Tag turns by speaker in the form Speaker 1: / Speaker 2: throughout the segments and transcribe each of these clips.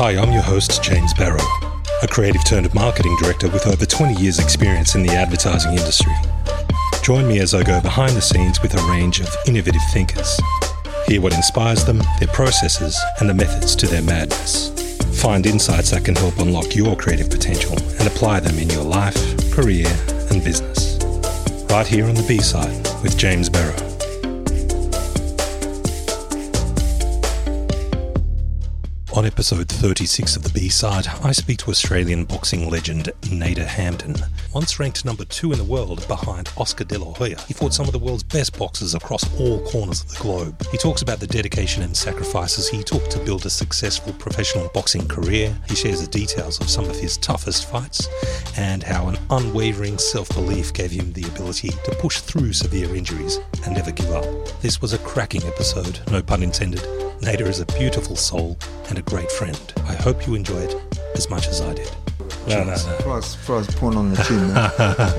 Speaker 1: Hi, I'm your host, James Barrow, a creative turned marketing director with over 20 years' experience in the advertising industry. Join me as I go behind the scenes with a range of innovative thinkers. Hear what inspires them, their processes, and the methods to their madness. Find insights that can help unlock your creative potential and apply them in your life, career, and business. Right here on the B side with James Barrow. On episode 36 of the B side, I speak to Australian boxing legend Nader Hampton. Once ranked number two in the world behind Oscar De La Hoya, he fought some of the world's best boxers across all corners of the globe. He talks about the dedication and sacrifices he took to build a successful professional boxing career. He shares the details of some of his toughest fights and how an unwavering self belief gave him the ability to push through severe injuries and never give up. This was a cracking episode, no pun intended. Nader is a beautiful soul and a great friend. I hope you enjoy it as much as I did.
Speaker 2: No, no, no. Fry's, Fry's porn on the chin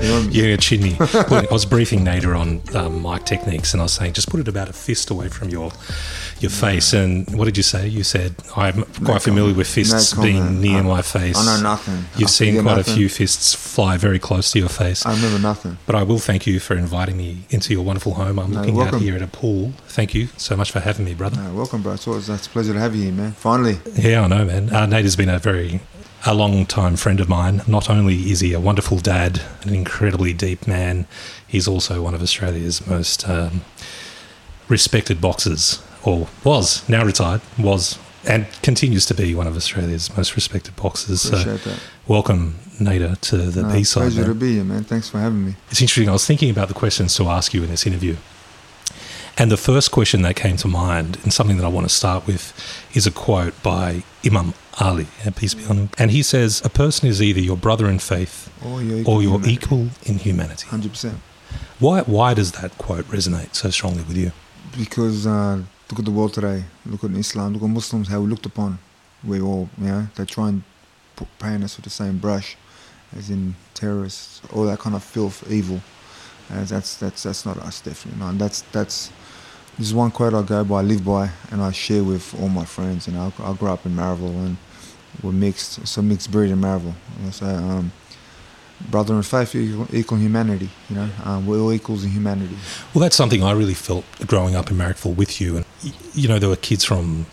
Speaker 2: there. You know,
Speaker 1: Yeah, chin me. Well, I was briefing Nader on um, mic techniques, and I was saying just put it about a fist away from your your face. And what did you say? You said I'm quite familiar with fists
Speaker 2: No
Speaker 1: being
Speaker 2: comment.
Speaker 1: near
Speaker 2: I-
Speaker 1: my face.
Speaker 2: I know nothing.
Speaker 1: You've
Speaker 2: I
Speaker 1: seen
Speaker 2: figure
Speaker 1: quite a
Speaker 2: nothing.
Speaker 1: few fists fly very close to your face.
Speaker 2: I remember nothing.
Speaker 1: but I will thank you for inviting me into your wonderful home. I'm
Speaker 2: No,
Speaker 1: looking out
Speaker 2: welcome.
Speaker 1: here at a pool. Thank you so much for having me, brother.
Speaker 2: No, welcome, bro. It's, always, it's a pleasure to have you here, man. Finally.
Speaker 1: Yeah, I know, man. Uh, Nate has been a very a long time friend of mine. Not only is he a wonderful dad, an incredibly deep man, he's also one of Australia's most um, respected boxers, or was now retired, was and continues to be one of Australia's most respected boxers. So,
Speaker 2: Appreciate that.
Speaker 1: welcome, Nader, to the
Speaker 2: No,
Speaker 1: B
Speaker 2: it's a
Speaker 1: side.
Speaker 2: pleasure to
Speaker 1: man.
Speaker 2: be here, man. Thanks for having me.
Speaker 1: It's interesting. I was thinking about the questions to ask you in this interview. And the first question that came to mind, and something that I want to start with, is a quote by Imam Ali, and peace be on him. And he says, A person is either your brother in faith
Speaker 2: All your
Speaker 1: or your equal in humanity.
Speaker 2: 100%.
Speaker 1: Why, why does that quote resonate so strongly with you?
Speaker 2: Because uh, look at the world today. Look at Islam. Look at Muslims, how we're looked upon. We all, you know, they try and p- paint us with the same brush as in terrorists, all that kind of filth, evil. Uh, that's, that's, that's not us, definitely not. That's, that's This is one quote I go by, I live by, and I share with all my friends. And I, I grew up in Maryville, and we're mixed, so mixed breed in Maryville. You know, so, um, brother in faith, equal, equal humanity. You know, um, we're all equals in humanity.
Speaker 1: Well, that's something I really felt growing up in Marrickville with you. And, y- you know, there were kids from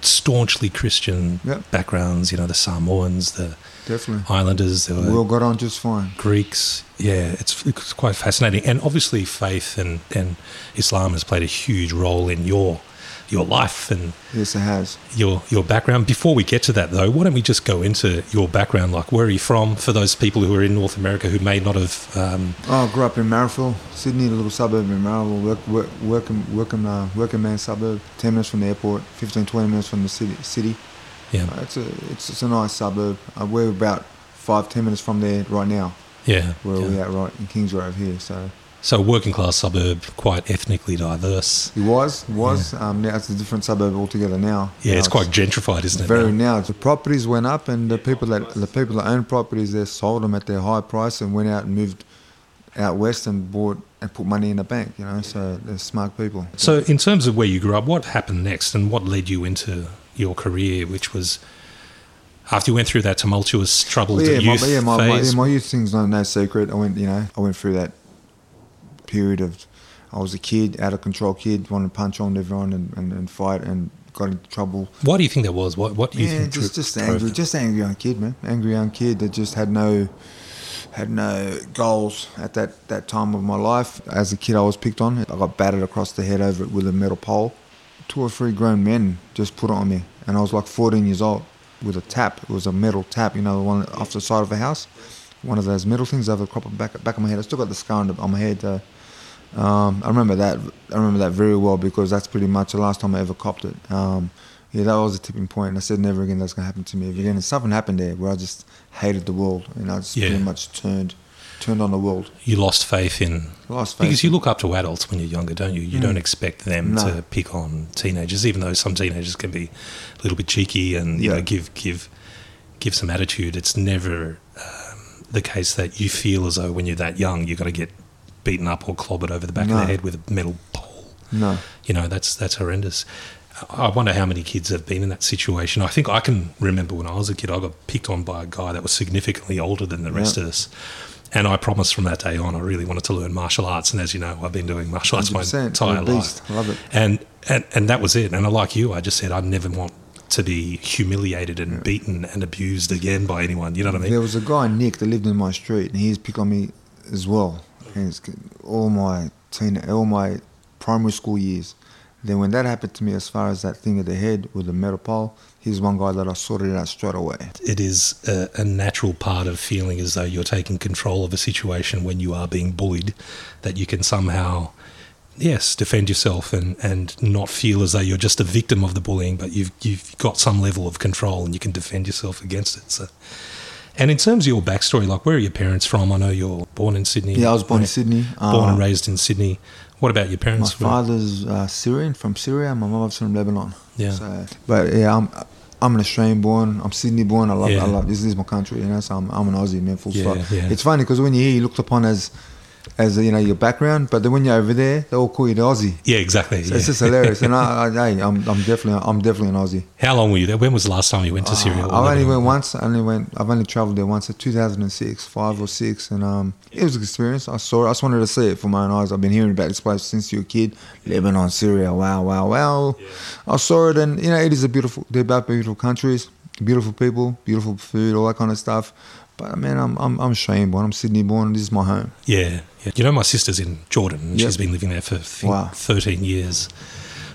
Speaker 1: staunchly Christian
Speaker 2: Yep.
Speaker 1: backgrounds, you know, the Samoans, the
Speaker 2: Definitely,
Speaker 1: Islanders, there were
Speaker 2: we all got on just fine.
Speaker 1: Greeks. Yeah, it's, it's quite fascinating. And obviously, faith and, and Islam has played a huge role in your your life and
Speaker 2: Yes, it has.
Speaker 1: your your background. Before we get to that, though, why don't we just go into your background? Like, where are you from? For those people who are in North America who may not have. Um,
Speaker 2: Oh, I grew up in Marrickville, Sydney, a little suburb in Marrickville, work, work, working, working, uh, working man suburb, 10 minutes from the airport, 15, 20 minutes from the city. city.
Speaker 1: yeah,
Speaker 2: Uh, it's, a, it's, it's a nice suburb. Uh, we're about five, 10 minutes from there right now,
Speaker 1: yeah.
Speaker 2: where
Speaker 1: yeah.
Speaker 2: we're at right in Kings Road here. So
Speaker 1: So, working class suburb, quite ethnically diverse.
Speaker 2: It was, it was. Um, now it's a different suburb altogether now.
Speaker 1: Yeah,
Speaker 2: Now
Speaker 1: it's quite gentrified, isn't it?
Speaker 2: very
Speaker 1: now?
Speaker 2: now. The properties went up, and the people that the people that own properties there sold them at their high price and went out and moved out west and bought and put money in the bank. You know, so they're smart people.
Speaker 1: So, in terms of where you grew up, what happened next and what led you into your career, which was after you went through that tumultuous, troubled
Speaker 2: Well, yeah, my,
Speaker 1: youth
Speaker 2: yeah, my, my, yeah,
Speaker 1: phase?
Speaker 2: my youth thing's no, no secret. I went, you know, I went through that period of I was a kid, out of control kid, wanted to punch on everyone and, and, and fight and got into trouble.
Speaker 1: Why do you think that was? What, what do you
Speaker 2: yeah,
Speaker 1: think?
Speaker 2: just
Speaker 1: dro-
Speaker 2: just
Speaker 1: drove
Speaker 2: angry,
Speaker 1: that?
Speaker 2: just angry young kid, man. Angry young kid that just had no had no goals at that that time of my life. As a kid, I was picked on. I got battered across the head over with a metal pole. Two or three grown men just put it on me, and I was like 14 years old with a tap. It was a metal tap, you know, the one off the side of the house. One of those metal things over the crop of back back of my head. I still got the scar on, the, on my head. Uh, um, I remember that. I remember that very well because that's pretty much the last time I ever copped it. Um, yeah, that was a tipping point. And I said, never again. That's gonna happen to me ever again. And something happened there where I just hated the world, and I just
Speaker 1: Yeah.
Speaker 2: pretty much turned, turned on the world.
Speaker 1: You lost faith in.
Speaker 2: Lost faith.
Speaker 1: Because you look up to adults when you're younger, don't you? You don't expect them
Speaker 2: Hmm. No.
Speaker 1: to pick on teenagers, even though some teenagers can be a little bit cheeky and you
Speaker 2: Yeah.
Speaker 1: know give give give some attitude. It's never um, the case that you feel as though when you're that young, you're going to get beaten up or clobbered over the back of
Speaker 2: No.
Speaker 1: the head with a metal pole.
Speaker 2: no,
Speaker 1: You know that's that's horrendous. I wonder how many kids have been in that situation. I think I can remember when I was a kid, I got picked on by a guy that was significantly older than the rest
Speaker 2: Yeah.
Speaker 1: of us. And I promised from that day on, I really wanted to learn martial arts. And as you know, I've been doing martial arts my
Speaker 2: 100%,
Speaker 1: entire
Speaker 2: you're a beast.
Speaker 1: life.
Speaker 2: Love it.
Speaker 1: And, and and that was it. And I like you, I just said I never want to be humiliated and beaten and abused again by anyone. You know what I mean?
Speaker 2: There was a guy Nick that lived in my street, and he used to pick on me as well. And it's g- all my teen, all my primary school years. Then when that happened to me, as far as that thing at the head with the metal pole, he's one guy that I sorted it out straight away.
Speaker 1: It is a, a natural part of feeling as though you're taking control of a situation when you are being bullied, that you can somehow, yes, defend yourself and, and not feel as though you're just a victim of the bullying, but you've you've got some level of control and you can defend yourself against it. So, and in terms of your backstory, like where are your parents from? I know you're born in Sydney.
Speaker 2: Yeah, I was born in Sydney.
Speaker 1: Born and
Speaker 2: Uh,
Speaker 1: raised in Sydney. What about your
Speaker 2: My
Speaker 1: parents? Were-
Speaker 2: father's uh, Syrian from Syria. My mother's from Lebanon.
Speaker 1: Yeah.
Speaker 2: So, but yeah, I'm I'm an Australian born. I'm Sydney born. I love
Speaker 1: Yeah.
Speaker 2: I love this is my country. You know, so I'm, I'm an Aussie man. Full
Speaker 1: Yeah,
Speaker 2: stop.
Speaker 1: yeah.
Speaker 2: It's funny because when you're here, you're looked upon as as you know your background, but then when you're over there, they all call you the Aussie.
Speaker 1: yeah, exactly.
Speaker 2: So
Speaker 1: yeah.
Speaker 2: It's just hilarious. and I, I, hey, I'm I'm definitely I'm definitely an Aussie.
Speaker 1: How long were you there? When was the last time you went to Syria?
Speaker 2: Uh,
Speaker 1: or
Speaker 2: I only
Speaker 1: Lebanon?
Speaker 2: went once. I only went. I've only travelled there once. In 2006, five or six, and um, it was an experience. I saw. it. I just wanted to see it for my own eyes. I've been hearing about this place since you were a kid. Lebanon, Syria. Wow, wow, wow. I saw it, and you know, it is a beautiful. They're both beautiful countries, beautiful people, beautiful food, all that kind of stuff. But man, I'm I'm I'm Australian born. I'm Sydney born. This is my home.
Speaker 1: Yeah, yeah. You know, my sister's in Jordan. And
Speaker 2: Yep.
Speaker 1: She's been living there for I think,
Speaker 2: Wow.
Speaker 1: thirteen years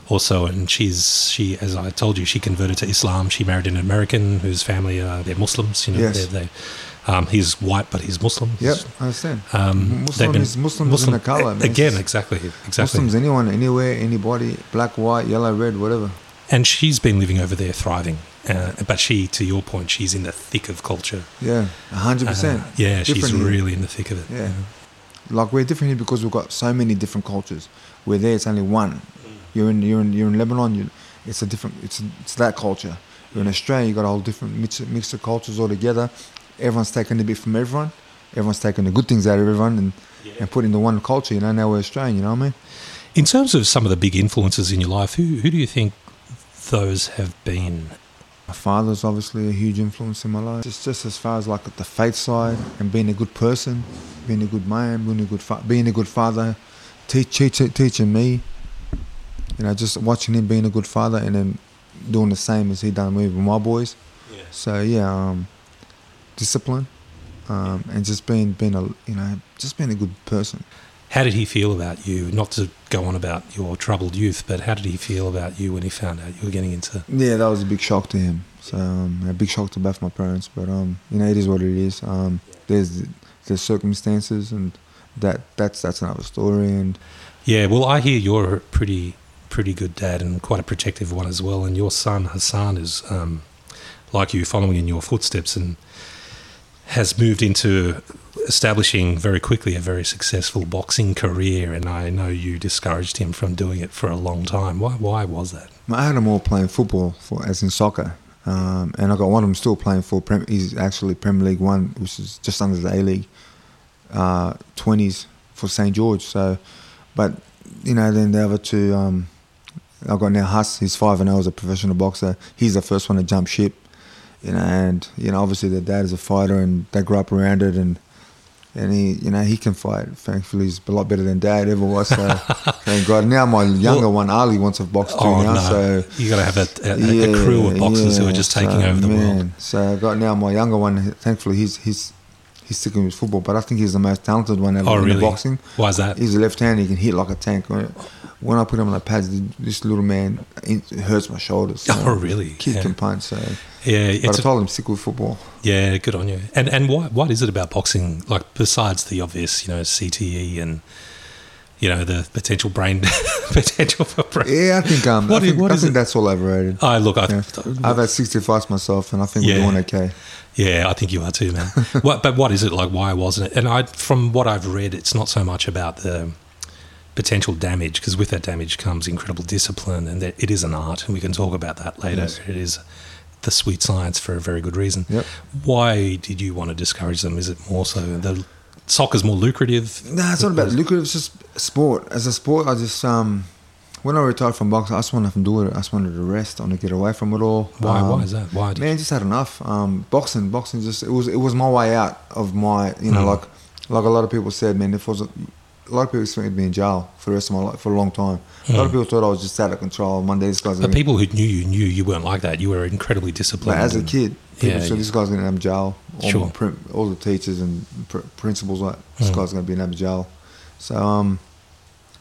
Speaker 1: or so, and she's she, as I told you, she converted to Islam. She married an American whose family are they're Muslims. You know,
Speaker 2: Yes.
Speaker 1: they're, they, um, he's white but he's Muslim.
Speaker 2: Yep, I understand.
Speaker 1: Um,
Speaker 2: Muslim
Speaker 1: they've been-
Speaker 2: is- Muslim is in a colour, man.
Speaker 1: again, exactly, exactly.
Speaker 2: Muslims, anyone, anywhere, anybody, black, white, yellow, red, whatever.
Speaker 1: And she's been living over there, thriving. Uh, but she, to your point, she's in the thick of culture.
Speaker 2: Yeah, hundred
Speaker 1: Uh,
Speaker 2: percent.
Speaker 1: yeah, she's
Speaker 2: Different here.
Speaker 1: really in the thick of it.
Speaker 2: Yeah. Like we're different here because we've got so many different cultures. Where there, it's only
Speaker 1: Mm.
Speaker 2: one. You're in you're in you're in Lebanon. You, it's a different. It's it's that culture. You're
Speaker 1: Mm.
Speaker 2: in Australia. You got a whole different mix, mix of cultures all together. Everyone's taking a bit from everyone. Everyone's taking the good things out of everyone and and put into one culture. You know, now we're Australian. You know what I mean?
Speaker 1: In terms of some of the big influences in your life, who who do you think those have been?
Speaker 2: My father's obviously a huge influence in my life. Just, just as far as like the faith side and being a good person, being a good man, being a good fa- being a good father, teach, teach, teaching me. You know, just watching him being a good father and then doing the same as he done with my boys. So yeah, um, discipline um, and just being being a you know just being a good person.
Speaker 1: How did he feel about you? Not to go on about your troubled youth, but how did he feel about you when he found out you were getting into?
Speaker 2: Yeah, that was a big shock to him. So um, a big shock to both my parents, but um, you know it is what it is. Um, there's there's circumstances, and that that's that's another story. And
Speaker 1: Yeah, well, I hear you're a pretty pretty good dad and quite a protective one as well. And your son Hassan is um, like you, following in your footsteps and has moved into establishing very quickly a very successful boxing career. And I know you discouraged him from doing it for a long time. Why? Why was that?
Speaker 2: I had them all playing football for as in soccer, um, and I got one of them still playing for. Prem- he's actually Premier League One, which is just under the A League twenties for St George. So, but you know then the other two. Um, I got now Huss. He's five and zero as a professional boxer. He's the first one to jump ship. you know, and you know, obviously their dad is a fighter, and they grew up around it, and and he, you know, he can fight. Thankfully, he's a lot better than dad ever was. So thank God. Now my younger one, Ali, wants to box too now. So
Speaker 1: you got to have Oh, a, a, a- a crew of boxers who are
Speaker 2: yeah,
Speaker 1: just taking
Speaker 2: so,
Speaker 1: over the
Speaker 2: man.
Speaker 1: world.
Speaker 2: So I got now my younger one. Thankfully, he's he's he's sticking with football, but I think he's the most talented one ever
Speaker 1: Oh,
Speaker 2: in
Speaker 1: really?
Speaker 2: the boxing.
Speaker 1: Why is that?
Speaker 2: He's a left hand. He can hit like a tank. When, when I put him on the pads, this little man it hurts my shoulders. So
Speaker 1: Oh, really?
Speaker 2: Kid
Speaker 1: Yeah.
Speaker 2: can punch. So,
Speaker 1: Yeah,
Speaker 2: but
Speaker 1: it's
Speaker 2: I
Speaker 1: a-
Speaker 2: told him stick with football.
Speaker 1: yeah, good on you. And and what what is it about boxing? Like besides the obvious, you know, CTE and you know the potential brain potential for brain.
Speaker 2: Yeah, I think um,
Speaker 1: What
Speaker 2: I
Speaker 1: is-
Speaker 2: think,
Speaker 1: what
Speaker 2: I
Speaker 1: is
Speaker 2: think
Speaker 1: it?
Speaker 2: that's all overrated.
Speaker 1: I look, I,
Speaker 2: Yeah. I've had 60 fights myself, and I think
Speaker 1: Yeah.
Speaker 2: we're doing okay.
Speaker 1: yeah, I think you are too, man. what, but what is it like? Why wasn't it? And I, from what I've read, it's not so much about the potential damage because with that damage comes incredible discipline, and that it is an art, and we can talk about that later.
Speaker 2: Yes.
Speaker 1: It is the sweet science for a very good reason.
Speaker 2: Yep.
Speaker 1: Why did you want to discourage them? Is it more so the soccer's more lucrative?
Speaker 2: No, it's not about lucrative. It's just sport. As a sport, I just um, When I retired from boxing, I just wanted to do it. I just wanted to rest. I wanted to get away from it all.
Speaker 1: Why?
Speaker 2: Um,
Speaker 1: why is that? Why? Did
Speaker 2: Man, just had enough. Um, boxing, boxing, just it was it was my way out of my you know
Speaker 1: Mm.
Speaker 2: like like a lot of people said, man. If it was a a lot of people expected me in jail for the rest of my life for a long time. A lot of people thought I was just out of control. One day this guy's
Speaker 1: the
Speaker 2: gonna,
Speaker 1: Mm. people who knew you knew you weren't like that. You were incredibly
Speaker 2: but
Speaker 1: disciplined.
Speaker 2: as a
Speaker 1: and-
Speaker 2: kid, people
Speaker 1: Yeah,
Speaker 2: said
Speaker 1: yeah.
Speaker 2: this guy's gonna end up in jail. All,
Speaker 1: Sure.
Speaker 2: my prin- all the teachers and pr- principals like this
Speaker 1: Mm.
Speaker 2: guy's gonna be in jail. So um,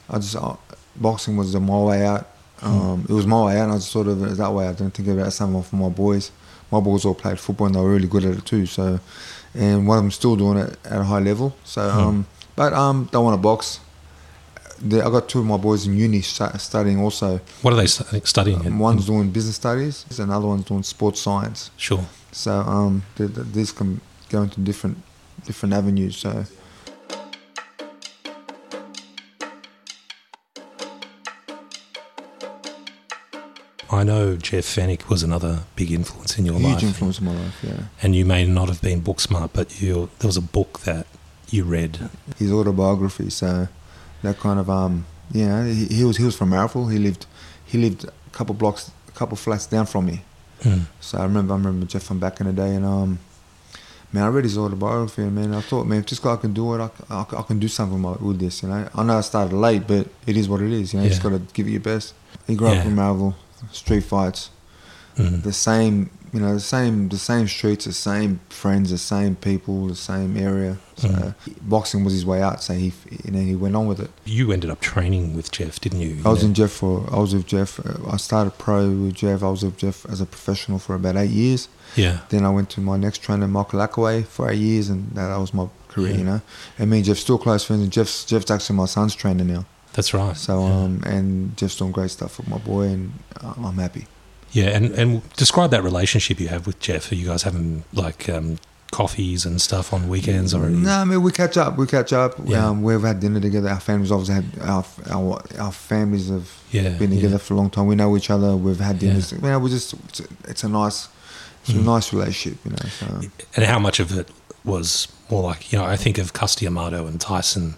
Speaker 2: I just uh, boxing was my way out.
Speaker 1: Hmm.
Speaker 2: Um, It was my way out, and I just sort of it was that way. I didn't think about something for my boys. My boys all played football, and they were really good at it too. So, and one of them's still doing it at a high level. So,
Speaker 1: Hmm.
Speaker 2: um, but um, don't want to box. The, I got two of my boys in uni stu- studying also.
Speaker 1: What are they stu- studying? in-
Speaker 2: Um, one's doing business studies, and another one's doing sports science.
Speaker 1: sure.
Speaker 2: So um, th- th- these can go into different different avenues. So
Speaker 1: I know Jeff Fennick was another big influence in your
Speaker 2: huge
Speaker 1: life.
Speaker 2: influence in my life. Yeah,
Speaker 1: And you may not have been book smart, but you there was a book that you read.
Speaker 2: his autobiography. So that kind of um, you know, he, he was he was from Marrickville. He lived he lived a couple blocks, a couple flats down from me.
Speaker 1: Mm.
Speaker 2: So I remember I remember Jeff from back in the day, and um, man, I read his autobiography, and man, I thought, man, if this guy can do it, I, c- I c- I can do something with my- with this. You know, I know I started late, but it is what it is. You know, you just
Speaker 1: Yeah.
Speaker 2: got to give it your best. He grew up
Speaker 1: Yeah.
Speaker 2: in Marrickville, street fights.
Speaker 1: Mm.
Speaker 2: the same you know the same the same streets the same friends the same people the same area so
Speaker 1: Mhm.
Speaker 2: boxing was his way out so he you know he went on with it
Speaker 1: You ended up training with Jeff, didn't you?
Speaker 2: i was in jeff for i was with jeff uh, i started pro with jeff i was with jeff as a professional for about eight years
Speaker 1: Yeah.
Speaker 2: then i went to my next trainer michael Lackaway, for eight years and that, that was my career
Speaker 1: Yeah.
Speaker 2: you know and me and jeff still close friends and jeff's jeff's actually my son's trainer now
Speaker 1: That's right.
Speaker 2: so
Speaker 1: yeah.
Speaker 2: um and jeff's doing great stuff with my boy and uh, i'm happy
Speaker 1: Yeah, and and describe that relationship you have with Jeff. Are you guys having like um, coffees and stuff on weekends or?
Speaker 2: No, I mean we catch up. We catch up.
Speaker 1: Yeah.
Speaker 2: Um, we've had dinner together. Our families obviously had our our, our families have
Speaker 1: Yeah.
Speaker 2: been together for a long time. We know each other. We've had
Speaker 1: Yeah.
Speaker 2: dinners. You know, we just it's a, it's a nice it's a
Speaker 1: Mm.
Speaker 2: nice relationship. You know, so
Speaker 1: Yeah. And how much of it was more like you know I think of Custy Amato and Tyson.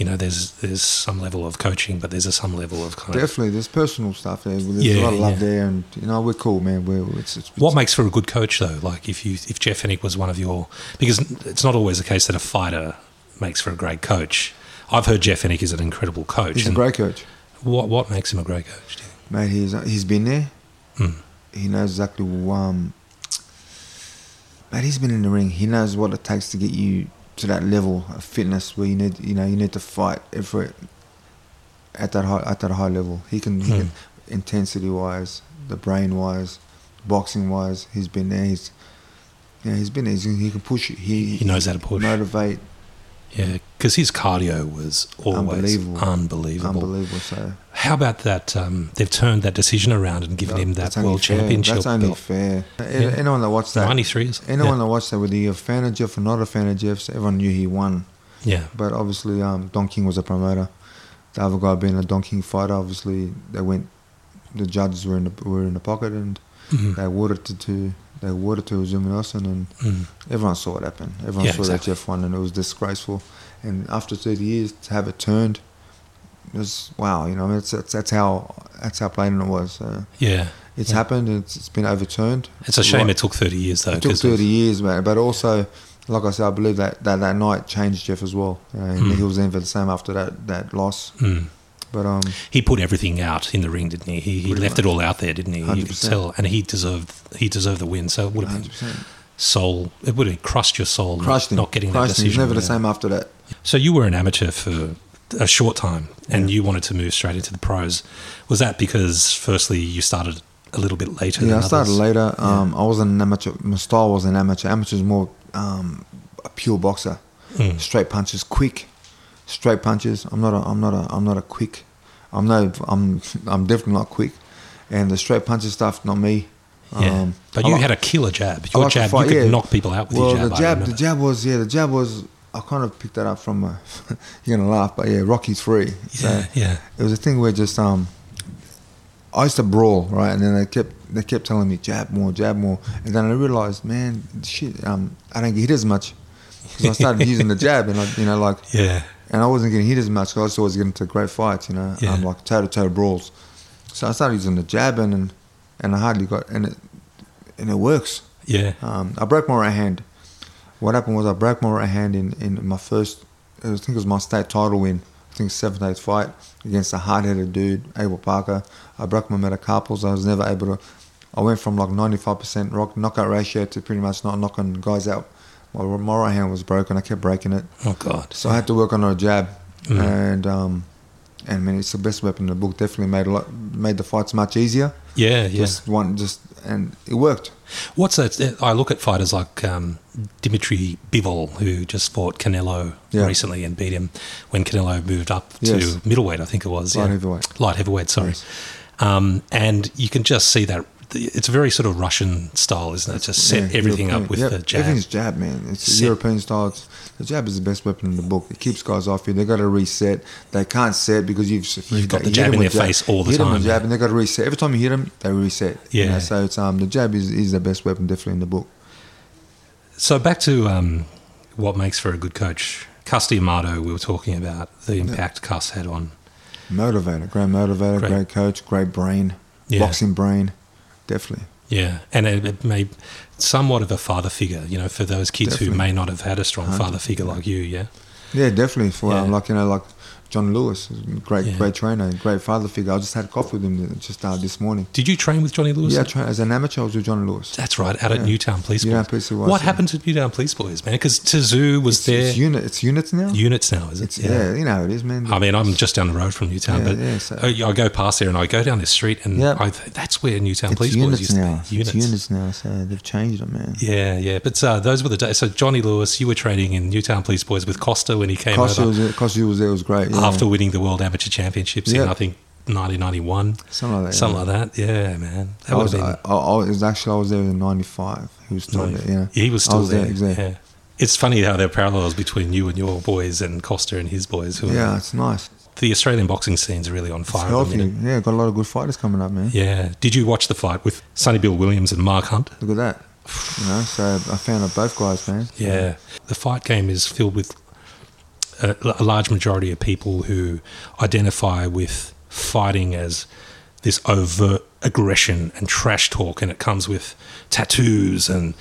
Speaker 1: You know, there's there's some level of coaching, but there's a some level of kind of
Speaker 2: definitely there's personal stuff there. There's
Speaker 1: Yeah,
Speaker 2: a lot of love
Speaker 1: yeah.
Speaker 2: there, and you know we're cool, man. We're it's, it's
Speaker 1: What makes for a good coach, though? Like if you if Jeff Hennick was one of your because it's not always the case that a fighter makes for a great coach. I've heard Jeff Hennick is an incredible coach.
Speaker 2: he's a
Speaker 1: and
Speaker 2: great coach,
Speaker 1: what what makes him a great coach? Do you think?
Speaker 2: mate. He's he's been there.
Speaker 1: Mm.
Speaker 2: He knows exactly um. Mate, he's been in the ring. He knows what it takes to get you to that level of fitness where you need, you know, you need to fight every at that high at that high level. He can, he can
Speaker 1: Hmm.
Speaker 2: intensity wise, the brain wise, boxing wise. He's been there. He's yeah, he's been there. He's, he can push. you. He
Speaker 1: He knows how to push.
Speaker 2: motivate.
Speaker 1: Yeah, because his cardio was always unbelievable.
Speaker 2: Unbelievable. Unbelievable. So
Speaker 1: How about that? Um, they've turned that decision around and given him that
Speaker 2: that's only
Speaker 1: world
Speaker 2: fair.
Speaker 1: championship
Speaker 2: That's only
Speaker 1: belt.
Speaker 2: fair.
Speaker 1: Yeah.
Speaker 2: Anyone that watched that,
Speaker 1: Ninety three is
Speaker 2: anyone that watched that, whether you're a fan of Jeff or not a fan of Jeff's, everyone knew he won.
Speaker 1: Yeah, yeah.
Speaker 2: But obviously, um, Don King was a promoter. The other guy being a Don King fighter, obviously they went. The judges were in the were in the pocket, and
Speaker 1: Mhm.
Speaker 2: they awarded it to they awarded to Zuminosin, and
Speaker 1: Mm.
Speaker 2: everyone saw it happen. Everyone
Speaker 1: Yeah,
Speaker 2: saw
Speaker 1: exactly.
Speaker 2: that Jeff won, and it was disgraceful. And after 30 years, to have it turned was wow. You know, it's, it's that's how that's how blatant it was. So
Speaker 1: yeah.
Speaker 2: it's
Speaker 1: Yeah.
Speaker 2: happened. It's, it's been overturned.
Speaker 1: It's a shame
Speaker 2: Right.
Speaker 1: it took thirty years though.
Speaker 2: It
Speaker 1: Uh,
Speaker 2: took
Speaker 1: 'cause of-
Speaker 2: 30 years, man. But also, like I said, I believe that that, that night changed Jeff as well. You know, and
Speaker 1: Hmm.
Speaker 2: He was in for the same after that that loss.
Speaker 1: Mm.
Speaker 2: But um,
Speaker 1: he put everything out in the ring, didn't he? He, he
Speaker 2: Pretty
Speaker 1: left it all out there, didn't he? You could
Speaker 2: 100%.
Speaker 1: tell, and he deserved he deserved the win. So it would have been
Speaker 2: 100%.
Speaker 1: soul. It would have crushed your soul. not-
Speaker 2: Crushed him.
Speaker 1: not getting
Speaker 2: Crushed
Speaker 1: that
Speaker 2: him. He was
Speaker 1: decision.
Speaker 2: never the
Speaker 1: Yeah.
Speaker 2: same after that.
Speaker 1: So you were an amateur for a short time, and you wanted to move straight into the pros. Was that because, firstly, you started a little bit later?
Speaker 2: Yeah,
Speaker 1: than
Speaker 2: I started
Speaker 1: others?
Speaker 2: later. Um, I was an amateur. My style was an amateur. Amateur's more um, a pure boxer.
Speaker 1: Mm.
Speaker 2: Straight punches, quick. Straight punches. I'm not a. I'm not a. I'm not a quick. I'm no. I'm. I'm definitely not quick. And the straight punches stuff, not me.
Speaker 1: Yeah,
Speaker 2: Um,
Speaker 1: but
Speaker 2: I
Speaker 1: you
Speaker 2: like-
Speaker 1: had a killer jab.
Speaker 2: I
Speaker 1: Your
Speaker 2: like to
Speaker 1: jab,
Speaker 2: fight,
Speaker 1: you could
Speaker 2: yeah.
Speaker 1: knock people out with
Speaker 2: well,
Speaker 1: your jab.
Speaker 2: the
Speaker 1: I
Speaker 2: jab, the
Speaker 1: remember.
Speaker 2: jab was yeah, the jab was. I kind of picked that up from. Uh, you're gonna laugh, but yeah, Rocky three.
Speaker 1: Yeah,
Speaker 2: So
Speaker 1: yeah,
Speaker 2: it was a thing where just um, I used to brawl right, and then they kept they kept telling me jab more, jab more, and then I realized, man, shit, um, I don't get hit as much because I started using the jab, and I, you know, like
Speaker 1: yeah.
Speaker 2: and I wasn't getting hit as much. 'cause I was always getting into great fights, you know,
Speaker 1: Yeah.
Speaker 2: um, like toe to toe brawls. So I started using the jab and and, and I hardly got and it and it works.
Speaker 1: Yeah.
Speaker 2: Um, I broke my right hand. What happened was I broke my right hand in, in my first, I think it was my state title win. I think seventh, eighth fight against a hard-headed dude, Abel Parker. I broke my metacarpals. I was never able to. I went from like 95% rock knockout ratio to pretty much not knocking guys out. My, my right hand was broken. I kept breaking it,
Speaker 1: Oh God.
Speaker 2: so I had to work on a jab.
Speaker 1: Mm.
Speaker 2: And um, and I mean, it's the best weapon in the book. Definitely made a lot, made the fights much easier.
Speaker 1: Yeah. Yeah.
Speaker 2: Just one, just and it worked.
Speaker 1: What's that? I look at fighters like um, Dimitri Bivol, who just fought Canelo
Speaker 2: Yeah.
Speaker 1: recently and beat him when Canelo moved up to
Speaker 2: Yes.
Speaker 1: middleweight, I think it was.
Speaker 2: Light
Speaker 1: yeah.
Speaker 2: heavyweight.
Speaker 1: Light heavyweight, sorry. Um, and you can just see that. It's very sort of Russian style, isn't it? Just set
Speaker 2: Yeah,
Speaker 1: everything
Speaker 2: European.
Speaker 1: up with
Speaker 2: Yep,
Speaker 1: the jab.
Speaker 2: Everything's jab, man. It's
Speaker 1: Set.
Speaker 2: European style. It's- The jab is the best weapon in the book. It keeps guys off you. They got to reset. They can't set because you've
Speaker 1: You've got the
Speaker 2: hit
Speaker 1: jab
Speaker 2: them
Speaker 1: in
Speaker 2: with
Speaker 1: their face all the
Speaker 2: hit Them
Speaker 1: time.
Speaker 2: with jab, and they got to reset. Every time you hit them, they reset. you
Speaker 1: Yeah.
Speaker 2: know, so it's um the jab is, is the best weapon definitely in the book.
Speaker 1: So back to um, what makes for a good coach. Cuss Amato, we were talking about the impact Cuss had on.
Speaker 2: Motivator, great motivator,
Speaker 1: Great.
Speaker 2: great, coach, great brain,
Speaker 1: Yeah.
Speaker 2: boxing brain, definitely.
Speaker 1: Yeah, and it, it may somewhat of a father figure, you know, for those kids who
Speaker 2: Definitely.
Speaker 1: may not have had a strong father figure like you. Yeah,
Speaker 2: Yeah, definitely. For um,
Speaker 1: Yeah.
Speaker 2: like you know, like John Lewis, great,
Speaker 1: Yeah.
Speaker 2: great trainer, great father figure. I just had coffee with him just uh, this morning.
Speaker 1: did you train with Johnny Lewis?
Speaker 2: Yeah, I tra- as an amateur, I was with John Lewis.
Speaker 1: that's right, out at
Speaker 2: Yeah.
Speaker 1: Newtown Police.
Speaker 2: Newtown
Speaker 1: Boys.
Speaker 2: Police Boys,
Speaker 1: what
Speaker 2: yeah.
Speaker 1: happened to Newtown Police Boys, man? Because Tazoo was
Speaker 2: It's,
Speaker 1: there.
Speaker 2: it's unit. It's units now.
Speaker 1: units now, is it?
Speaker 2: It's, yeah. you know how it is, man.
Speaker 1: I mean, I'm just down the road from Newtown,
Speaker 2: Yeah,
Speaker 1: but
Speaker 2: yeah, so-
Speaker 1: I, I go past there and I go down this street, and
Speaker 2: Yeah.
Speaker 1: I th- that's where Newtown
Speaker 2: it's
Speaker 1: Police Boys
Speaker 2: units
Speaker 1: used
Speaker 2: now.
Speaker 1: to be. Units.
Speaker 2: It's units now, so they've changed it, man.
Speaker 1: Yeah, yeah. But uh, those were the days. So Johnny Lewis, you were training in Newtown Police Boys with Costa when he came
Speaker 2: Costa
Speaker 1: over
Speaker 2: was, Costa was there, it was great. Yeah.
Speaker 1: after winning the World Amateur Championships in
Speaker 2: Yeah.
Speaker 1: I think 1991.
Speaker 2: something like that.
Speaker 1: Something
Speaker 2: yeah.
Speaker 1: like that. Yeah, man. That
Speaker 2: I
Speaker 1: would
Speaker 2: was,
Speaker 1: have
Speaker 2: I,
Speaker 1: been.
Speaker 2: I, I was actually I was there in '95. He was still there. Yeah,
Speaker 1: He was
Speaker 2: I
Speaker 1: still
Speaker 2: was
Speaker 1: there.
Speaker 2: exactly.
Speaker 1: Yeah. It's funny how there are parallels between you and your boys and Costa and his boys. Who
Speaker 2: Yeah,
Speaker 1: are-
Speaker 2: it's nice.
Speaker 1: the Australian boxing scene's really on
Speaker 2: It's
Speaker 1: fire. at the
Speaker 2: healthy.
Speaker 1: minute.
Speaker 2: Yeah, got a lot of good fighters coming up, man.
Speaker 1: Yeah. Did you watch the fight with Sonny Bill Williams and Mark Hunt?
Speaker 2: Look at that. You know, so I found out both guys, man.
Speaker 1: Yeah. The fight game is filled with a, a large majority of people who identify with fighting as this overt aggression and trash talk, and it comes with tattoos and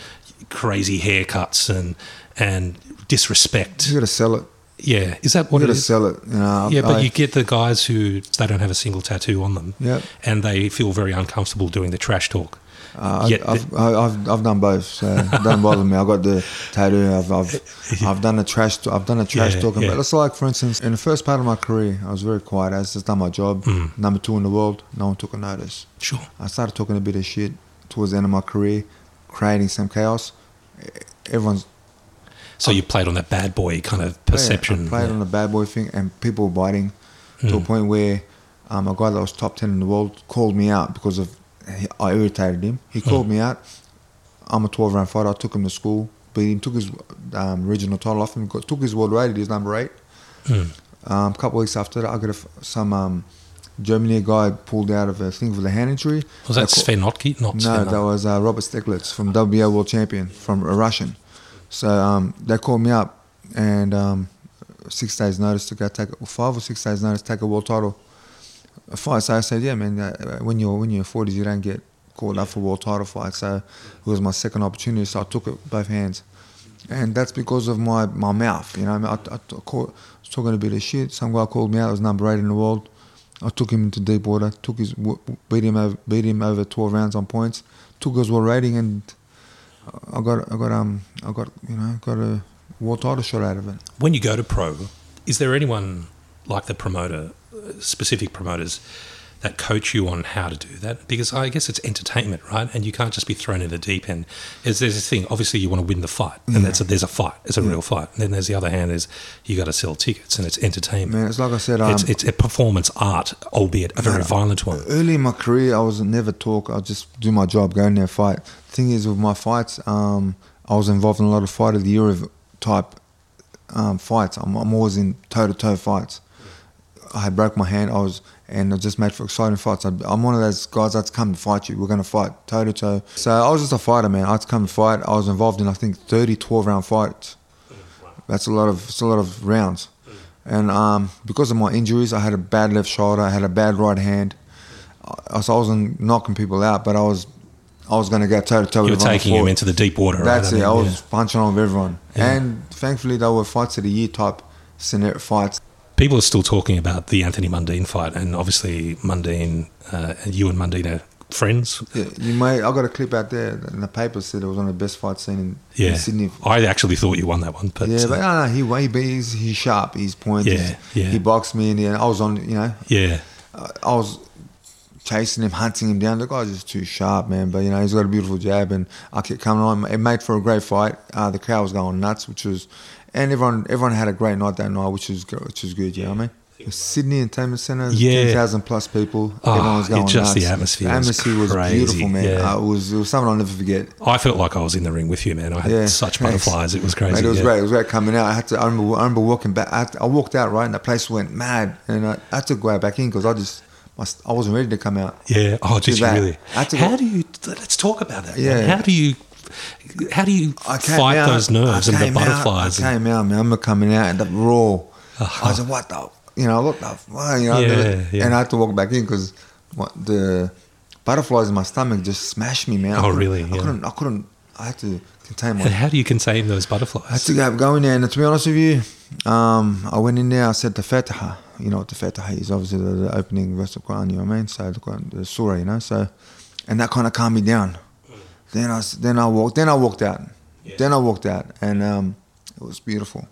Speaker 1: crazy haircuts and and disrespect.
Speaker 2: You got to sell it.
Speaker 1: Yeah, is that
Speaker 2: You
Speaker 1: what
Speaker 2: got
Speaker 1: it
Speaker 2: to
Speaker 1: is?
Speaker 2: sell it. You know,
Speaker 1: Yeah,
Speaker 2: I-
Speaker 1: but you get the guys who they don't have a single tattoo on them,
Speaker 2: Yep.
Speaker 1: and they feel very uncomfortable doing the trash talk.
Speaker 2: Uh,
Speaker 1: Yet
Speaker 2: I- I've, I- I've I've done both, so it don't bother me. I got the tattoo. I've I've, I've done a trash t- I've done a trash
Speaker 1: Yeah,
Speaker 2: talking.
Speaker 1: yeah.
Speaker 2: But it's like, for instance, in the first part of my career, I was very quiet. I was just done my job.
Speaker 1: Mm.
Speaker 2: Number two in the world, no one took a notice.
Speaker 1: Sure.
Speaker 2: I started talking a bit of shit towards the end of my career, creating some chaos. E- Everyone's
Speaker 1: So you played on that bad boy kind of perception.
Speaker 2: Oh, I played on the bad boy thing, and people were biting to a point where um, a guy that was top ten in the world called me out because of I irritated him. He called me out. I'm a 12 round fighter. I took him to school, beat him, took his um, regional title off him, got, took his world rated. He's number eight. Um, a couple weeks after that, I got a f some um, Germany guy pulled out of a thing with a hand injury.
Speaker 1: Was that
Speaker 2: They ca-
Speaker 1: Sven Notke? Not
Speaker 2: no,
Speaker 1: Sven
Speaker 2: that was uh, Robert Stiglitz from WBO world champion from a Russian. So um, they called me up and um, six days notice to go take five or six days notice take a world title a fight. So I said, yeah, man, uh, when you're when you're forties, you don't get called up for world title fight. So it was my second opportunity, so I took it both hands, and that's because of my my mouth. You know, I, mean, I, I t- caught, was talking a bit of shit. Some guy called me out. I was number eight in the world. I took him into deep water. Took his w- w- beat him over beat him over twelve rounds on points. Took his world rating, and I got I got um I got you know got a world title shot out of it.
Speaker 1: when you go to pro, is there anyone like the promoter, uh, specific promoters, that coach you on how to do that? Because I guess it's entertainment, right? And you can't just be thrown in the deep end. Is there's this thing? Obviously, you want to win the fight, and that's
Speaker 2: Mm.
Speaker 1: a, there's a fight. It's a real fight. And then there's the other hand is you got to sell tickets, and it's entertainment.
Speaker 2: Man, it's like I said. Um,
Speaker 1: it's it's a performance art, albeit a very violent one.
Speaker 2: early in my career, I was never talk. I just do my job, go in there, fight. Thing is, with my fights, um, I was involved in a lot of fight of the year of type um, fights. I'm, I'm always in toe to toe fights. I had broke my hand. I was and I just made for exciting fights. I, I'm one of those guys that's come to fight you. We're gonna fight toe to toe. So I was just a fighter, man. I'd come to fight. I was involved in I think 30 12 round fights. That's a lot of it's a lot of rounds. And um, because of my injuries, I had a bad left shoulder. I had a bad right hand. I, so I wasn't knocking people out, but I was I was going to go toe to toe
Speaker 1: You were
Speaker 2: with everyone
Speaker 1: taking
Speaker 2: before.
Speaker 1: him into the deep water.
Speaker 2: That's
Speaker 1: right?
Speaker 2: it. I
Speaker 1: mean,
Speaker 2: was
Speaker 1: yeah.
Speaker 2: punching on with everyone,
Speaker 1: Yeah.
Speaker 2: and thankfully they were fights of the year type scenario fights.
Speaker 1: People are still talking about the Anthony Mundine fight, and obviously Mundine, uh, you and Mundine are friends.
Speaker 2: Yeah, you may. I got a clip out there, and the paper said it was one of the best fights seen in,
Speaker 1: Yeah.
Speaker 2: in Sydney.
Speaker 1: I actually thought you won that one, but,
Speaker 2: yeah,
Speaker 1: uh,
Speaker 2: but no, no, he way he's, he's sharp. He's pointed.
Speaker 1: Yeah,
Speaker 2: he's-
Speaker 1: yeah.
Speaker 2: He boxed me, and yeah, I was on. You know,
Speaker 1: yeah,
Speaker 2: I I was chasing him, hunting him down. The guy's just too sharp, man. But you know, he's got a beautiful jab, and I kept coming on. It made for a great fight. Uh, the crowd was going nuts, which was, and everyone everyone had a great night that night, which was go- which was good. You know what I mean? The Sydney Entertainment Centre,
Speaker 1: Yeah.
Speaker 2: ten thousand plus people.
Speaker 1: Ah,
Speaker 2: everyone was going
Speaker 1: just the
Speaker 2: nuts.
Speaker 1: atmosphere
Speaker 2: The
Speaker 1: was
Speaker 2: atmosphere was,
Speaker 1: crazy,
Speaker 2: beautiful, man.
Speaker 1: yeah.
Speaker 2: Uh, it was it was something I'll never forget.
Speaker 1: I felt like I was in the ring with you, man. I had
Speaker 2: Yeah.
Speaker 1: such butterflies; it was crazy.
Speaker 2: Mate, it was
Speaker 1: yeah.
Speaker 2: great. It was great coming out. I had to. I remember, I remember walking back. I, had to- I walked out right, and the place went mad. And I, I had to go out back in because I just my, st- I wasn't ready to come out.
Speaker 1: Yeah. Oh, did you
Speaker 2: that.
Speaker 1: really?
Speaker 2: I had to
Speaker 1: How
Speaker 2: go-
Speaker 1: do you? Let's talk about that. Yeah.
Speaker 2: Yeah.
Speaker 1: How do you? How do you
Speaker 2: I came
Speaker 1: fight
Speaker 2: out-
Speaker 1: those nerves
Speaker 2: I
Speaker 1: and the
Speaker 2: came out-
Speaker 1: butterflies?
Speaker 2: I
Speaker 1: and-
Speaker 2: came out, man. I remember coming out and the raw. I was like, what the, you know, what the, fuck, you know,
Speaker 1: Yeah,
Speaker 2: the-
Speaker 1: yeah.
Speaker 2: and I had to walk back in because the butterflies in my stomach just smashed me, man. I
Speaker 1: Oh,
Speaker 2: couldn't-
Speaker 1: really?
Speaker 2: I
Speaker 1: Yeah.
Speaker 2: couldn't, I couldn't, I had to contain
Speaker 1: and
Speaker 2: my.
Speaker 1: how do you contain those
Speaker 2: I had
Speaker 1: butterflies?
Speaker 2: to go, go in there, and to be honest with you, um, I went in there. I said the Fatiha. You know what the Fatiha is? Obviously, the, the opening verse of Quran. You know what I mean? So the, Quran- the surah, you know. So, and that kind of calmed me down. Then I, s- then I walked, then I walked out, then I walked out, and um, it was beautiful.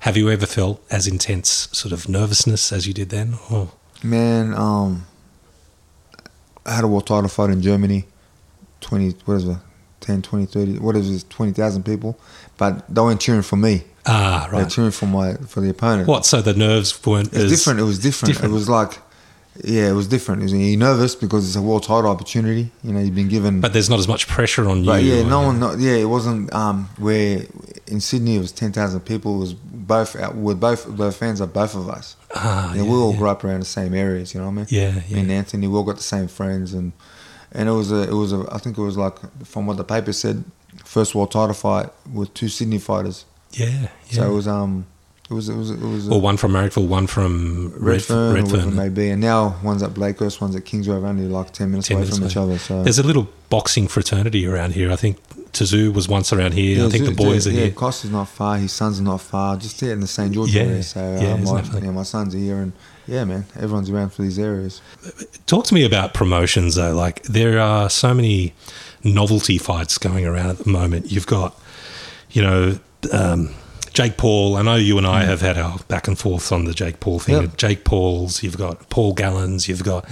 Speaker 1: Have you ever felt as intense sort of nervousness as you did then? Oh,
Speaker 2: Man, um, I had a world title fight in Germany. 20, what is it? 10, 20, 30, what is it? 20,000 people. But they weren't cheering for me.
Speaker 1: ah,
Speaker 2: They were
Speaker 1: right.
Speaker 2: cheering for my, for the opponent.
Speaker 1: What? So the nerves weren't
Speaker 2: It's
Speaker 1: as
Speaker 2: different. It was different.
Speaker 1: different.
Speaker 2: It was like, yeah, it was different. It was, you're nervous because it's a world title opportunity. You know, you've been given.
Speaker 1: but there's not as much pressure on you.
Speaker 2: but yeah,
Speaker 1: or-
Speaker 2: no one. Not, yeah, it wasn't. Um, where in Sydney it was ten thousand people. It was both. out- We're both. The fans of both of us.
Speaker 1: Ah,
Speaker 2: yeah,
Speaker 1: yeah,
Speaker 2: we all
Speaker 1: yeah.
Speaker 2: grew up around the same areas. You know what I mean?
Speaker 1: Yeah,
Speaker 2: Me
Speaker 1: yeah.
Speaker 2: and Anthony, we all got the same friends, and and it was a. It was a. I think it was like from what the paper said, first world title fight with two Sydney fighters.
Speaker 1: yeah, yeah.
Speaker 2: So it was um. It was it was it was.
Speaker 1: or one from Marrickville, one from
Speaker 2: Redfern,
Speaker 1: Redfern.
Speaker 2: or whatever it
Speaker 1: Redfern.
Speaker 2: may be. And now one's at Blakehurst, one's at Kingsgrove, only like 10 minutes
Speaker 1: 10
Speaker 2: away
Speaker 1: minutes
Speaker 2: from
Speaker 1: away.
Speaker 2: each other. So
Speaker 1: There's a little boxing fraternity around here. I think Tazoo was once around here. I think the
Speaker 2: Zoo-
Speaker 1: boys
Speaker 2: Zoo-
Speaker 1: are
Speaker 2: yeah,
Speaker 1: here.
Speaker 2: Costa's not far, his son's not far, just here in the St. George
Speaker 1: Yeah,
Speaker 2: area. So
Speaker 1: yeah,
Speaker 2: uh,
Speaker 1: isn't
Speaker 2: my,
Speaker 1: that funny?
Speaker 2: yeah, my sons are here, and yeah, man, everyone's around for these areas.
Speaker 1: Talk to me about promotions though. Like there are so many novelty fights going around at the moment. You've got, you know, um, Jake Paul. I know you and I have had our back and forth on the Jake Paul thing.
Speaker 2: Yep.
Speaker 1: Jake Paul's. You've got Paul Gallons. You've got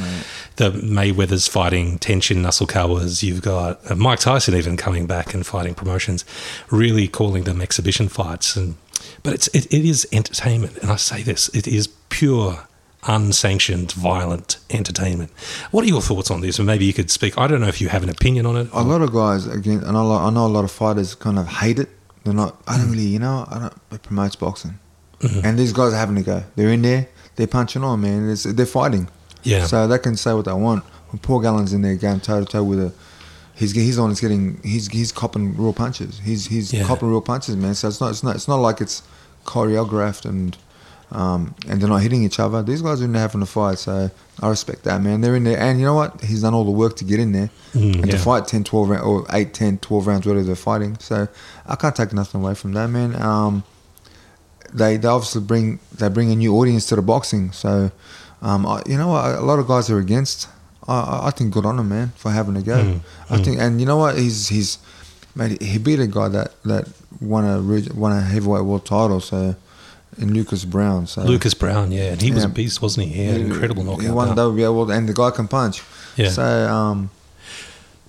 Speaker 1: the Mayweather's fighting Tension Nasukawas. You've got uh, Mike Tyson even coming back and fighting promotions, really calling them exhibition fights. And but it's it, it is entertainment, and I say this, it is pure unsanctioned violent entertainment. What are your thoughts on this? And maybe you could speak. I don't know if you have an opinion on it.
Speaker 2: A lot of guys, again, and I, lo- I know a lot of fighters kind of hate it. They're not, I don't really, you know, I don't, it promotes boxing.
Speaker 1: Mm-hmm.
Speaker 2: And these guys are having to go. They're in there, they're punching on, man. It's, they're fighting.
Speaker 1: yeah,
Speaker 2: So they can say what they want. When Paul Gallen's in there going toe to toe with a, he's he's on. He's getting he's he's copping real punches. He's he's
Speaker 1: Yeah.
Speaker 2: copping real punches, man. So it's not it's not it's not like it's choreographed and um and they're not hitting each other. These guys are in there having a fight, so I respect that, man. They're in there, and you know what? He's done all the work to get in there
Speaker 1: Mm,
Speaker 2: and to
Speaker 1: yeah.
Speaker 2: fight 10, 12 round, or 8, 10, 12 rounds, whatever they're fighting. So I can't take nothing away from that, man. Um, they they obviously bring they bring a new audience to the boxing. So, um, I, you know, what, a lot of guys are against. I, I, I think good on him, man, for having a go.
Speaker 1: Mm-hmm.
Speaker 2: I think, and you know what, he's he's mate, he beat a guy that that won a reg- won a heavyweight world title. So, in Lucas Brown. So
Speaker 1: Lucas Brown. Yeah, and he was a
Speaker 2: Uh, Yeah.
Speaker 1: beast, wasn't he? He had an incredible knockout.
Speaker 2: He won
Speaker 1: power.
Speaker 2: WBA world, and the guy can punch.
Speaker 1: Yeah.
Speaker 2: So um,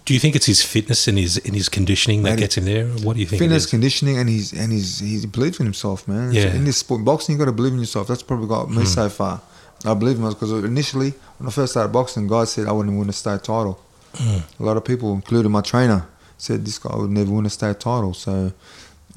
Speaker 1: Do you think it's his fitness and his and his conditioning that
Speaker 2: Maybe.
Speaker 1: gets him there? What do you think? it
Speaker 2: fitness,
Speaker 1: is?
Speaker 2: conditioning, and he's and he's he's believes in himself, man.
Speaker 1: Yeah. Hmm.
Speaker 2: In this sport, boxing, you got to believe in yourself. That's probably got me so far. I believe in myself because initially, when I first started boxing, God said I wouldn't win a state title.
Speaker 1: Hmm.
Speaker 2: A lot of people, including my trainer, said this guy would never win a state title. So,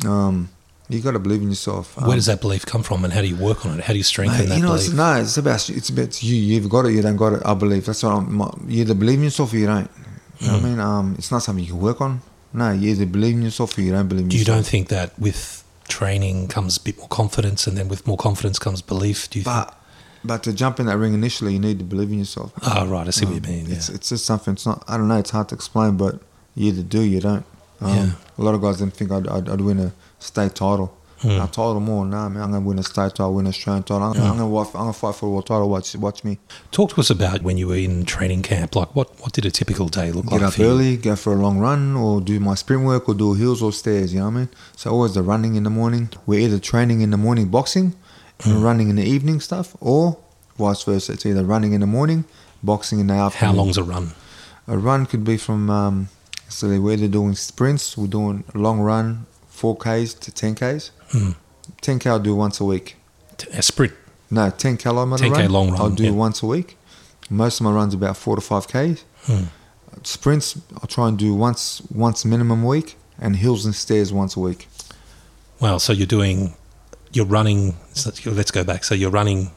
Speaker 2: um, you got to believe in yourself. Um,
Speaker 1: Where does that belief come from, and how do you work on it? How do you strengthen
Speaker 2: Mate,
Speaker 1: that
Speaker 2: you know,
Speaker 1: belief?
Speaker 2: it's, no, it's about it's about you. You've got it. You don't got it. I believe that's what I'm. My, you either believe in yourself or you don't. You know
Speaker 1: Hmm.
Speaker 2: what I mean? Um, it's not something you can work on. No, you either believe in yourself or you don't believe in
Speaker 1: Do you
Speaker 2: yourself.
Speaker 1: don't think that with training comes a bit more confidence, and then with more confidence comes belief. Do you think?
Speaker 2: But but to jump in that ring initially, you need to believe in yourself.
Speaker 1: Ah, right. I see what you
Speaker 2: Um,
Speaker 1: mean. Yeah.
Speaker 2: It's it's just something. It's not. I don't know. It's hard to explain, but you either do, or you don't. Um,
Speaker 1: Yeah.
Speaker 2: A lot of guys didn't think I'd, I'd, I'd win a state title.
Speaker 1: Mm.
Speaker 2: I told them all, nah, man, I'm gonna win a state title, win a Australian title. I'm, I'm gonna wa- I'm gonna fight for a world title. Watch watch me.
Speaker 1: Talk to us about when you were in training camp. Like, what, what did a typical day look
Speaker 2: Get
Speaker 1: like
Speaker 2: up
Speaker 1: for you?
Speaker 2: early, go for a long run, or do my sprint work, or do hills or stairs. You know what I mean? So always the running in the morning. We're either training in the morning, boxing, and running in the evening stuff, or vice versa. It's either running in the morning, boxing in the
Speaker 1: How
Speaker 2: afternoon.
Speaker 1: long's a run?
Speaker 2: A run could be from um, so they're either doing sprints, we're doing a long run, four Ks to ten Ks.
Speaker 1: Mm.
Speaker 2: Ten K I'll do once a week.
Speaker 1: T- A sprint.
Speaker 2: No, ten kilometer
Speaker 1: 10K
Speaker 2: run.
Speaker 1: long run,
Speaker 2: I'll do
Speaker 1: yeah.
Speaker 2: once a week. Most of my runs about four to five Ks.
Speaker 1: Mm.
Speaker 2: Sprints I'll try and do once once minimum a week, and hills and stairs once a week.
Speaker 1: Wow. So you're doing, you're running. So let's go back. So you're running.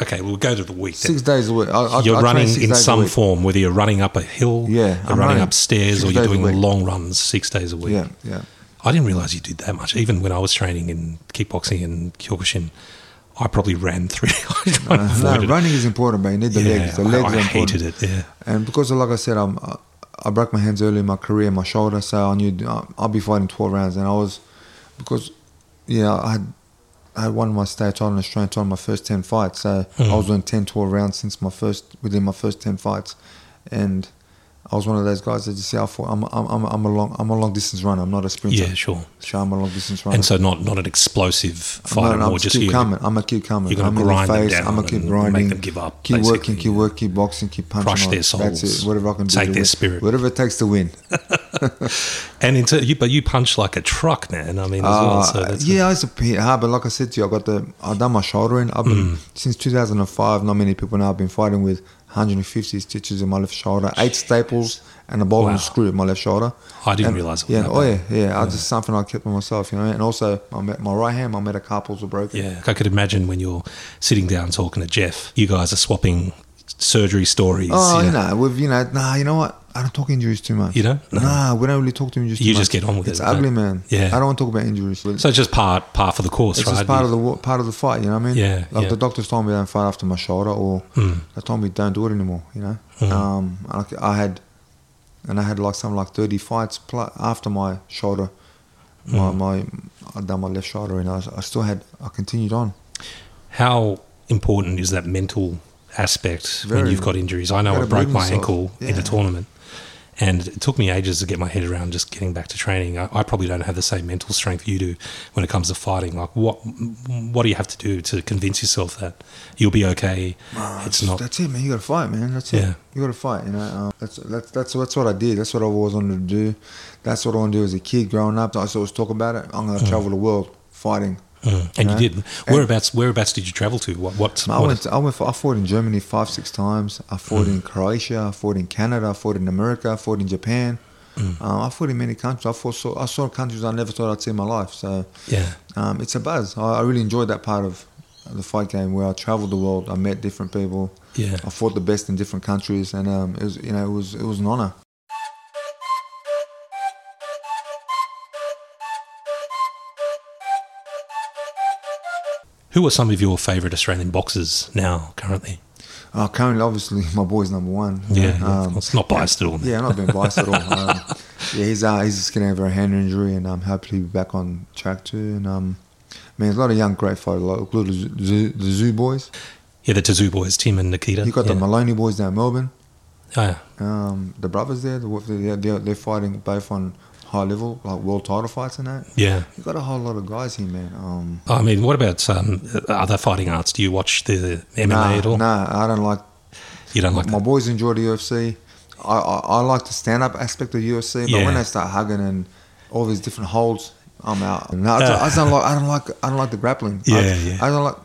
Speaker 1: Okay, we'll go to the week. Then.
Speaker 2: Six days a week. I, I, I
Speaker 1: you're
Speaker 2: train
Speaker 1: running
Speaker 2: six
Speaker 1: in
Speaker 2: days a
Speaker 1: some
Speaker 2: week.
Speaker 1: form, whether you're running up a hill,
Speaker 2: Yeah,
Speaker 1: you're
Speaker 2: I'm
Speaker 1: running,
Speaker 2: running
Speaker 1: upstairs,
Speaker 2: six
Speaker 1: or you're
Speaker 2: days a
Speaker 1: doing
Speaker 2: week.
Speaker 1: long runs six days a week.
Speaker 2: Yeah, yeah.
Speaker 1: I didn't realize you did that much. Even when I was training in kickboxing and Kyokushin, I probably ran three. I tried to
Speaker 2: Uh, No,
Speaker 1: avoid it.
Speaker 2: running is important, but you need the
Speaker 1: yeah,
Speaker 2: legs. The legs
Speaker 1: I, I
Speaker 2: are important.
Speaker 1: hated it. Yeah.
Speaker 2: And because, like I said, I'm, I, I broke my hands early in my career, my shoulder, so I knew I- I'll be fighting 12 rounds. And I was, because, yeah, I had, I had won my state title and Australian title in my first 10 fights. So
Speaker 1: Mm-hmm.
Speaker 2: I was doing 10, 12 rounds since my first, within my first 10 fights. And I was one of those guys that just say, "I'll fight- I'm, I'm, I'm, I'm, a long, I'm a long distance runner. I'm not a sprinter.
Speaker 1: Yeah, sure.
Speaker 2: So I'm a long distance runner.
Speaker 1: And so not not an explosive fighter,
Speaker 2: I'm not- I'm
Speaker 1: more just
Speaker 2: keep
Speaker 1: you.
Speaker 2: coming. I'm gonna keep coming.
Speaker 1: you're gonna
Speaker 2: I'm in the
Speaker 1: grind them
Speaker 2: face,
Speaker 1: down
Speaker 2: I'm gonna keep
Speaker 1: and
Speaker 2: grinding.
Speaker 1: make them give up,
Speaker 2: Keep working.
Speaker 1: basically,
Speaker 2: Keep
Speaker 1: yeah.
Speaker 2: working. Keep boxing. Keep punching.
Speaker 1: Crush
Speaker 2: on.
Speaker 1: their
Speaker 2: That's
Speaker 1: souls.
Speaker 2: it. Whatever I can do.
Speaker 1: Take
Speaker 2: to
Speaker 1: their
Speaker 2: win.
Speaker 1: spirit.
Speaker 2: Whatever it takes to win.
Speaker 1: And into you, but you punch like a truck, man. I mean, as well.
Speaker 2: Uh,
Speaker 1: So that's
Speaker 2: yeah, it's a bit hard, but like I said to you, I got the. I've done my shoulder in. I've
Speaker 1: Mm.
Speaker 2: been since 2005. Not many people know. I've been fighting with 150 stitches in my left shoulder, eight staples, and a ball and
Speaker 1: Wow.
Speaker 2: a screw in my left shoulder.
Speaker 1: I didn't
Speaker 2: And-
Speaker 1: realize it. Was
Speaker 2: Yeah.
Speaker 1: that
Speaker 2: Oh
Speaker 1: bad.
Speaker 2: yeah. Yeah. I just something I kept on myself, you know. And also, my met my right hand, my metacarpals are broken.
Speaker 1: Yeah, I could imagine when you're sitting down talking to Jeff, you guys are swapping surgery stories.
Speaker 2: Oh,
Speaker 1: you
Speaker 2: you
Speaker 1: know.
Speaker 2: know, we've you know, nah, you know what? I don't talk injuries too much.
Speaker 1: You don't? No.
Speaker 2: Nah, we don't really talk to injuries.
Speaker 1: You
Speaker 2: too
Speaker 1: just
Speaker 2: much.
Speaker 1: get on with
Speaker 2: it's
Speaker 1: it,
Speaker 2: It's ugly,
Speaker 1: don't-
Speaker 2: man.
Speaker 1: Yeah.
Speaker 2: I don't want to talk about injuries.
Speaker 1: So it's just part part of the course,
Speaker 2: it's
Speaker 1: right?
Speaker 2: just part of the wa- part of the fight. You know what I mean?
Speaker 1: Yeah,
Speaker 2: Like
Speaker 1: yeah. Hmm.
Speaker 2: the doctors told me don't fight after my shoulder, or they told me don't do it anymore. You know. Um, I, I had, and I had like something like thirty fights pl- after my shoulder. My,
Speaker 1: Hmm.
Speaker 2: my I done my left shoulder, and I, I still had. I continued on.
Speaker 1: How important is that mental aspect when
Speaker 2: Very.
Speaker 1: you've got injuries? I know
Speaker 2: Gotta
Speaker 1: I broke
Speaker 2: believe
Speaker 1: my
Speaker 2: yourself.
Speaker 1: ankle in
Speaker 2: Yeah.
Speaker 1: a tournament, and it took me ages to get my head around just getting back to training. I, I probably don't have the same mental strength you do when it comes to fighting. Like, what what do you have to do to convince yourself that you'll be okay?
Speaker 2: Nah,
Speaker 1: it's
Speaker 2: just-
Speaker 1: not.
Speaker 2: Uh, That's it, man. You got to fight, man. That's
Speaker 1: Yeah.
Speaker 2: it. You got to fight. You know, um, that's that's that's that's what I did. That's what I always wanted to do. That's what I wanted to do as a kid growing up. I used to always talk about it. I'm gonna travel the world fighting.
Speaker 1: Mm. And
Speaker 2: Yeah.
Speaker 1: you did. Whereabouts? Whereabouts did you travel to? What? What?
Speaker 2: I
Speaker 1: what-
Speaker 2: went. I went. For, I fought in Germany five, six times. I fought
Speaker 1: Mm.
Speaker 2: in Croatia. I fought in Canada. I fought in America. I fought in Japan.
Speaker 1: Mm.
Speaker 2: Um, I fought in many countries. I fought. So, I saw countries I never thought I'd see in my life. So
Speaker 1: yeah.
Speaker 2: um, it's a buzz. I, I really enjoyed that part of the fight game where I traveled the world. I met different people.
Speaker 1: Yeah.
Speaker 2: I fought the best in different countries, and um, it was you know it was it was an honor.
Speaker 1: Who are some of your favourite Australian boxers now, currently?
Speaker 2: Uh, currently, obviously, my boy's number one. you
Speaker 1: Yeah,
Speaker 2: know,
Speaker 1: yeah, of
Speaker 2: um,
Speaker 1: course. Not biased at all.
Speaker 2: yeah, I'm not being biased at all. Um, yeah, he's uh, he's just getting over a hand injury, and I'm happy to be back on track too. And um, man, there's a lot of young great fighters, like including the Zoo, the Zoo boys.
Speaker 1: Yeah, the Tazu boys, Tim and Nikita.
Speaker 2: You got
Speaker 1: yeah.
Speaker 2: the Maloney boys down in Melbourne.
Speaker 1: Oh, yeah.
Speaker 2: Um, the brothers there, the- they're, they're, they're fighting both on high level, like world title fights and that.
Speaker 1: yeah.
Speaker 2: You got a whole lot of guys here, man. Um,
Speaker 1: I mean, what about um, other fighting arts? Do you watch the MMA at all?
Speaker 2: nah, I don't like
Speaker 1: You don't like
Speaker 2: my
Speaker 1: that?
Speaker 2: boys enjoy the UFC. I, I, I like the stand up aspect of UFC, but
Speaker 1: Yeah.
Speaker 2: when they start hugging and all these different holds, I'm out. No, I, don't, I just don't like. I don't like. I don't like the grappling. I-
Speaker 1: Uh. Yeah, yeah.
Speaker 2: I don't like.